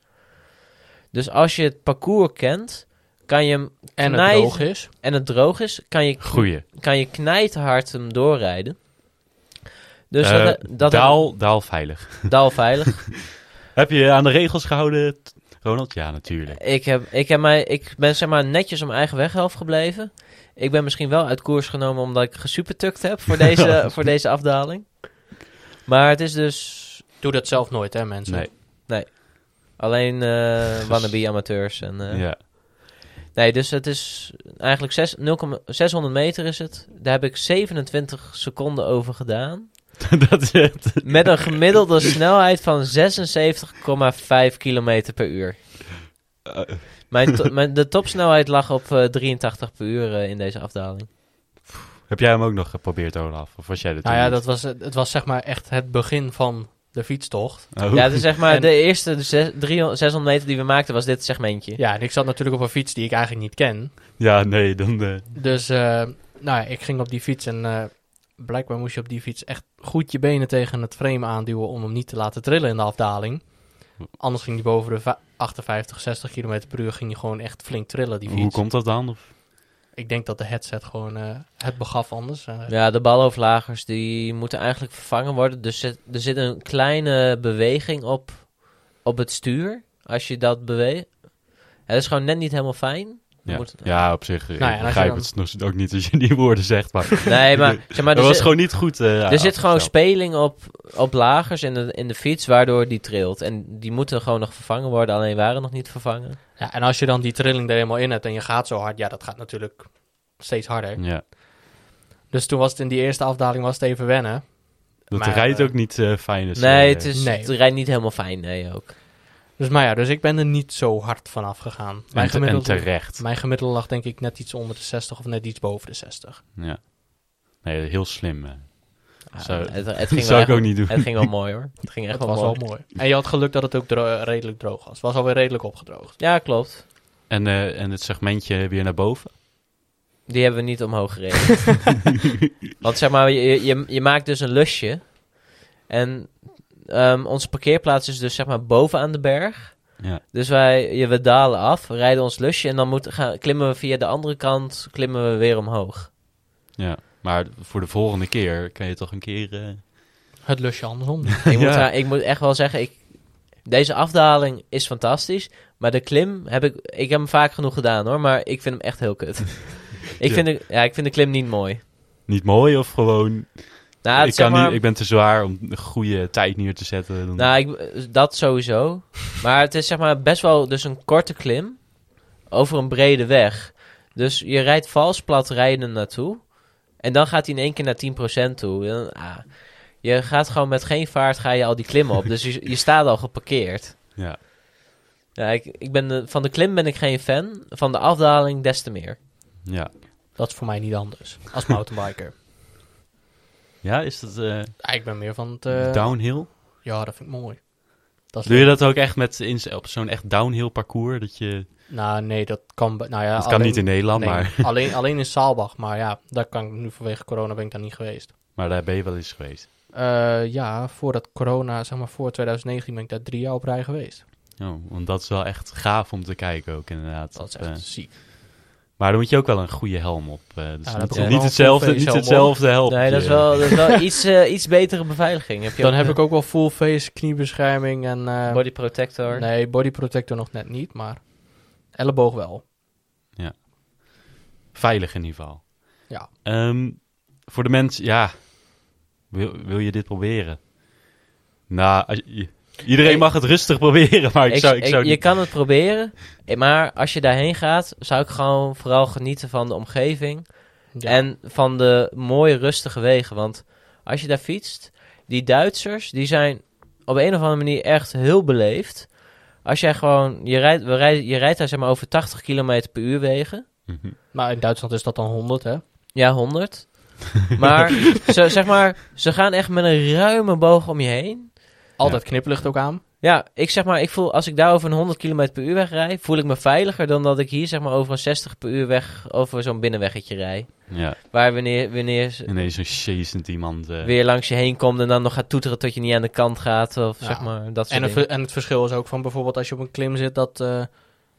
Dus als je het parcours kent, kan je hem, En het Knijt. droog is. en het droog is, kan je, Goeie. kan je knijterhard hem doorrijden. Dus Eh, dat, dat daal, daal veilig. daal veilig. Heb je je aan de regels gehouden, t- Ronald? Ja, natuurlijk. Ik, heb, ik, heb mij, ik ben zeg maar netjes om eigen weghelft gebleven. Ik ben misschien wel uit koers genomen omdat ik gesupertukt heb voor deze, voor deze afdaling. Maar het is dus Doe dat zelf nooit, hè, mensen. Nee. alleen eh wannabe amateurs. En, eh, Ja. Nee, dus het is eigenlijk zes- 0,- 600 meter is het. Daar heb ik 27 seconden over gedaan. dat is het. Met een gemiddelde snelheid van 76,5 kilometer per uur. Eh, Mijn to- mijn, de topsnelheid lag op eh, 83 per uur eh, in deze afdaling. heb jij hem ook nog geprobeerd, Olaf? Of was jij er Nou toen ja, niet? dat was, het het was zeg maar echt het begin van de fietstocht. Oh. Ja, dus zeg maar En- de eerste zes- 300 600 meter die we maakten was dit segmentje. Ja, en ik zat natuurlijk op een fiets die ik eigenlijk niet ken. Ja, nee, dan... eh, Dus eh, nou ja, ik ging op die fiets en eh, blijkbaar moest je op die fiets echt goed je benen tegen het frame aanduwen om hem niet te laten trillen in de afdaling. Anders ging die boven de va- 58, 60 km per uur ging die gewoon echt flink trillen, die hoe fiets. komt dat dan? Of, Ik denk dat de headset gewoon eh, het begaf anders. eh. Ja, de balhoofdlagers die moeten eigenlijk vervangen worden. Dus zit- er zit een kleine beweging op, op het stuur. Als je dat beweegt. Het is gewoon net niet helemaal fijn. ja. Moet- ja, op Nou zich. eh, ja, en als ik je begrijp dan- het nog- ook niet als je die woorden zegt, maar... Nee, maar zeg maar, dat er, was zit, gewoon niet goed. eh, er zit gewoon afgesteld. speling op, op lagers in de, in de fiets, waardoor die trilt. En die moeten gewoon nog vervangen worden, alleen waren nog niet vervangen. Ja, en als je dan die trilling er helemaal in hebt en je gaat zo hard, ja, dat gaat natuurlijk steeds harder. Ja. Dus toen was het in die eerste afdaling was het even wennen. Dat Maar, rijdt eh, ook niet eh, fijn. is, nee, eh, het, is, nee. het rijdt niet helemaal fijn, nee ook. Dus maar ja, dus ik ben er niet zo hard van afgegaan. En, te- en gemiddelde- terecht. Mijn gemiddelde lag denk ik net iets onder de 60 of net iets boven de 60. Ja. Nee, heel slim. eh. Ja, Zou- Ah, het, het Dat ging zou wel ik ook echt- niet doen. Het ging wel mooi hoor. Het ging echt Dat wel was mooi. wel mooi. En je had geluk dat het ook dro- redelijk droog was. Het was alweer redelijk opgedroogd. Ja, klopt. En, eh, en het segmentje weer naar boven. Die hebben we niet omhoog gereden. Want zeg maar, je, je, je maakt dus een lusje. En ehm, onze parkeerplaats is dus zeg maar boven aan de berg. Ja. Dus wij je, we dalen af, rijden ons lusje en dan moet, gaan, klimmen we via de andere kant, klimmen we weer omhoog. ja. Maar voor de volgende keer kan je toch een keer... eh, Het lusje andersom. Ik, moet, Ja. daar- ik moet echt wel zeggen, ik, deze afdaling is fantastisch. Maar de klim heb ik, ik heb hem vaak genoeg gedaan hoor, maar ik vind hem echt heel kut. ik, Ja. vind de, ja, ik vind de klim niet mooi. niet mooi of gewoon... Nou, het ik, is kan zeg maar, niet, ik ben te zwaar om een goede tijd neer te zetten. Dan- Nou, ik, dat sowieso. Maar het is zeg maar best wel dus een korte klim over een brede weg. Dus je rijdt vals plat rijden naartoe. En dan gaat hij in één keer naar 10% toe. En, dan, ah, je gaat gewoon met geen vaart ga je al die klimmen op. Dus je, je staat al geparkeerd. ja. Ja, ik, ik ben de- van de klim ben ik geen fan. Van de afdaling des te meer. Ja. Dat is voor mij niet anders. Als mountainbiker. ja, is dat eh, Ah, ik ben meer van het... eh, downhill? Ja, dat vind ik mooi. Dat is Doe je leuk. dat ook echt met in, op zo'n echt downhill parcours? Dat, je, Nou, nee, dat kan... be- Nou ja, dat kan alleen- niet in Nederland, nee, maar, alleen, alleen in Saalbach. Maar ja, daar kan ik nu vanwege corona ben ik daar niet geweest. maar daar ben je wel eens geweest. Eh, ja, voordat corona, zeg maar voor 2019, ben ik daar drie jaar op rij geweest. Oh, want dat is wel echt gaaf om te kijken ook, inderdaad. Dat is echt Eh, ziek. maar dan moet je ook wel een goede helm op. eh, dus dat heb niet, ik ook niet wel, hetzelfde, full niet face helm op. hetzelfde helm. Nee, dat is wel, dat is wel iets, eh, iets betere beveiliging. Heb je Dan ook heb de ik ook wel full face, kniebescherming en... eh, body protector. Nee, body protector nog net niet, maar elleboog wel. Veilig in ieder geval. Ja. Ehm, voor de mensen, ja. Wil, wil je dit proberen? Nou, als je- iedereen Ik- mag het rustig proberen, maar ik, Ik- zou, ik ik- zou je niet... kan het proberen, eh, maar als je daarheen gaat, zou ik gewoon vooral genieten van de omgeving Ja. en van de mooie rustige wegen. Want als je daar fietst, die Duitsers, die zijn op een of andere manier echt heel beleefd. Als jij gewoon, je rijdt, we rijden, je rijdt daar zeg maar over 80 km per uur wegen. Mhm. Maar in Duitsland is dat dan 100, hè? Ja, 100. Maar ze, zeg maar, ze gaan echt met een ruime boog om je heen. Altijd kniplucht ook aan. Ja, ik zeg maar, ik voel, als ik daar over een 100 km per uur weg rijd, voel ik me veiliger dan dat ik hier zeg maar over een 60 per uur weg, over zo'n binnenweggetje rijd. Ja, Waar wanneer, wanneer ze ineens een chasend iemand. eh, weer langs je heen komt en dan nog gaat toeteren tot je niet aan de kant gaat of Ja. zeg maar, dat soort En, een dingen. ver- en het verschil is ook van bijvoorbeeld als je op een klim zit dat eh,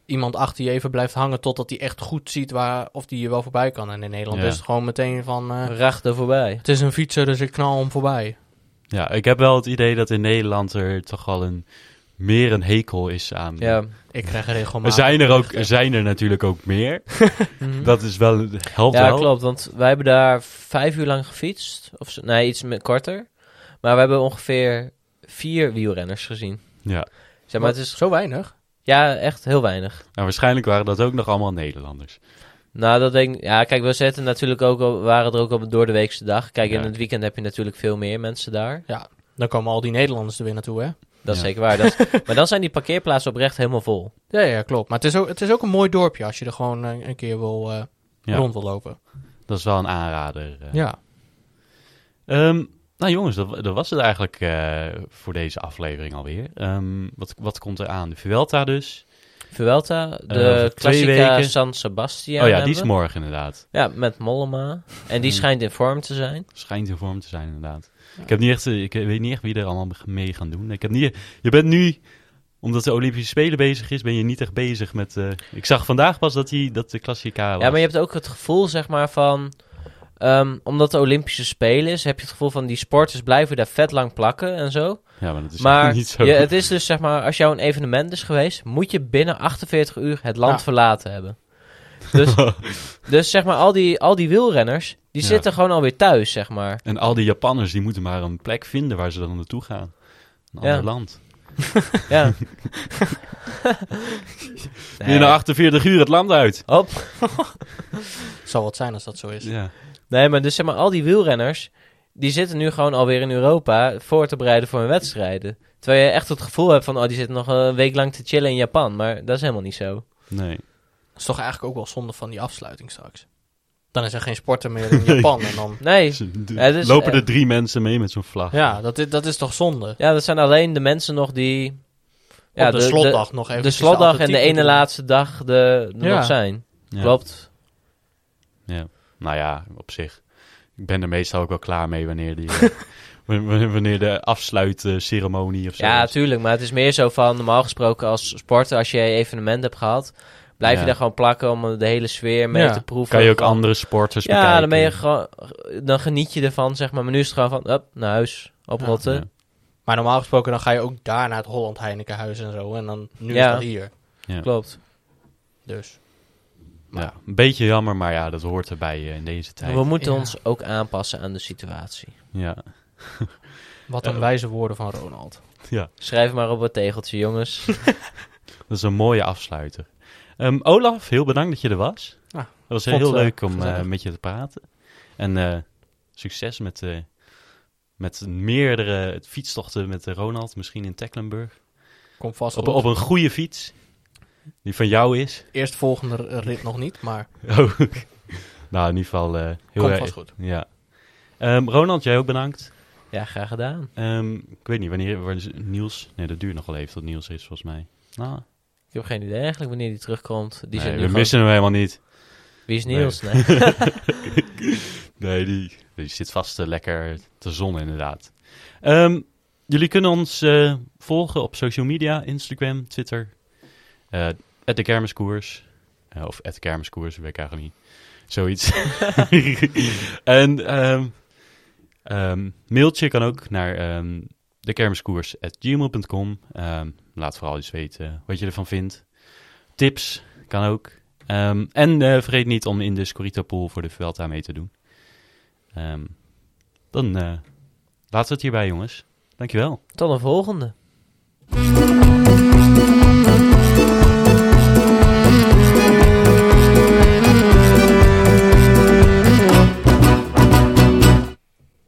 iemand achter je even blijft hangen totdat hij echt goed ziet waar, of die je wel voorbij kan. En in Nederland Ja. is het gewoon meteen van eh, Rachten voorbij. het is een fietser dus ik knal hem voorbij. Ja, ik heb wel het idee dat in Nederland er toch al een, meer een hekel is aan. Ja, Ik krijg er Er regelmatig. zijn er, ook, er zijn er natuurlijk ook meer. Mhm. Dat is wel, helpt Hm? ja wel. klopt, want wij hebben daar vijf uur lang gefietst. Of zo- nee, iets me- korter. Maar we hebben ongeveer vier wielrenners gezien. Ja. Zeg maar, het is Zo weinig. ja, echt heel weinig. Nou, waarschijnlijk waren dat ook nog allemaal Nederlanders. Nou, dat denk ik. Ja, kijk, we zetten natuurlijk ook al- waren er ook op door de weekse dag. Kijk, Ja. in het weekend heb je natuurlijk veel meer mensen daar. Dan komen al die Nederlanders er weer naartoe, hè? Dat is Ja. zeker waar. Dat, maar dan zijn die parkeerplaatsen oprecht helemaal vol. Ja, ja, klopt. Maar het is ook, het is ook een mooi dorpje als je er gewoon eh, een keer wil, eh, Ja. rond wil lopen. Dat is wel een aanrader. eh. Ja. Ehm, nou jongens, dat, wa- dat was het eigenlijk eh, voor deze aflevering alweer. Ehm, wat, wat komt er aan? De Vuelta dus. Vuelta, Eh, over de twee Classica weken. San Sebastian. oh ja, hebben die is we. morgen inderdaad. Ja, met Mollema. En die Hmm. schijnt in vorm te zijn. Schijnt in vorm te zijn inderdaad. Ik, heb niet echt, eh, ik weet niet echt wie er allemaal mee gaan doen. Ik heb niet, je bent nu, omdat de Olympische Spelen bezig is, ben je niet echt bezig met... eh, ik zag vandaag pas dat, die, dat de Klassica was. Ja, maar je hebt ook het gevoel, zeg maar, van. ehm, omdat de Olympische Spelen is, heb je het gevoel van die sporters blijven daar vet lang plakken en zo. Ja, maar dat is maar Dus niet zo. je- het is dus zeg maar, als jouw een evenement is geweest, moet je binnen 48 uur het land Ja. verlaten hebben. Dus, dus zeg maar, al die, al die wielrenners, die Ja. zitten gewoon alweer thuis, zeg maar. En al die Japanners, die moeten maar een plek vinden waar ze dan naartoe gaan. Een Ja. ander land. Ja. In Nee. Binnen 48 uur het land uit. Hop. Het zal wat zijn als dat zo is. Ja. Nee, maar dus zeg maar, al die wielrenners, die zitten nu gewoon alweer in Europa voor te bereiden voor hun wedstrijden. Terwijl je echt het gevoel hebt van, oh, die zitten nog een week lang te chillen in Japan. Maar dat is helemaal niet zo. Nee. Dat is toch eigenlijk ook wel zonde van die afsluiting straks. Dan is er geen sporter meer in Japan. En dan, Nee, Ze- de- het is- lopen eh, er drie mensen mee met zo'n vlag. ja, dat is, dat is toch zonde. ja, dat zijn alleen de mensen nog die... Op de, slotdag nog even. de slotdag en de ene laatste dag de, de Ja. nog zijn. Ja. Klopt. Nou ja, op zich. Ik ben er meestal ook wel klaar mee wanneer, die, eh, w- w- wanneer de afsluitceremonie of zo. Ja, is. tuurlijk. Maar het is meer zo van, normaal gesproken als sporter, als je een evenement hebt gehad, blijf Ja. je daar gewoon plakken om de hele sfeer mee Ja. te proeven. kan je ook Van- andere sporters Ja, dan, ben je bekijken. gewoon, dan geniet je ervan, zeg maar. Maar nu is het gewoon van, up, naar huis, oprotten. Ja. Maar normaal gesproken dan ga je ook daar naar het Holland Heinekenhuis en zo. En dan nu Ja. is dat hier. Klopt. Dus. Ja, een beetje jammer, maar ja, dat hoort erbij eh, in deze tijd. We moeten Ja. ons ook aanpassen aan de situatie. Ja. Wat een wijze woorden van Ronald. Schrijf maar op het tegeltje, jongens. Dat is een mooie afsluiter. Ehm, Olaf, heel bedankt dat je er was. Ah, Ja, Het was vond, heel eh, leuk om gezellig. eh, met je te praten. En eh, succes met, eh, met meerdere fietstochten met eh, Ronald, misschien in Tecklenburg. Kom vast Op, goed. op een goede fiets, die van jou is. Eerst volgende rit nog niet, maar Oh, nou, in ieder geval eh, heel kom erg. vast goed. Ja. Ehm, Ronald, jij ook bedankt. ja, graag gedaan. Ehm, ik weet niet wanneer, wanneer Niels. Nee, dat duurt nog wel even tot Niels is, volgens mij. Nou, Ik heb geen idee eigenlijk wanneer die terugkomt. Die nee, zijn we nu gewoon- missen hem helemaal niet. Wie is Nee. Niels? Nee. Nee, die, die zit vast eh, lekker te zonnen inderdaad. Ehm, jullie kunnen ons eh, volgen op social media, Instagram, Twitter. eh at de kermiskoers. Eh, of at kermiskoers, weet ik eigenlijk niet. Zoiets. en ehm, ehm, mailtje kan ook naar ehm dekermiskoers.gmail.com. Ehm, laat vooral eens weten wat je ervan vindt. Tips kan ook. Ehm, en eh, vergeet niet om in de Scorita Pool voor de Vuelta mee te doen. Ehm, dan eh laten we het hierbij, jongens. Dankjewel. Tot een volgende. Thank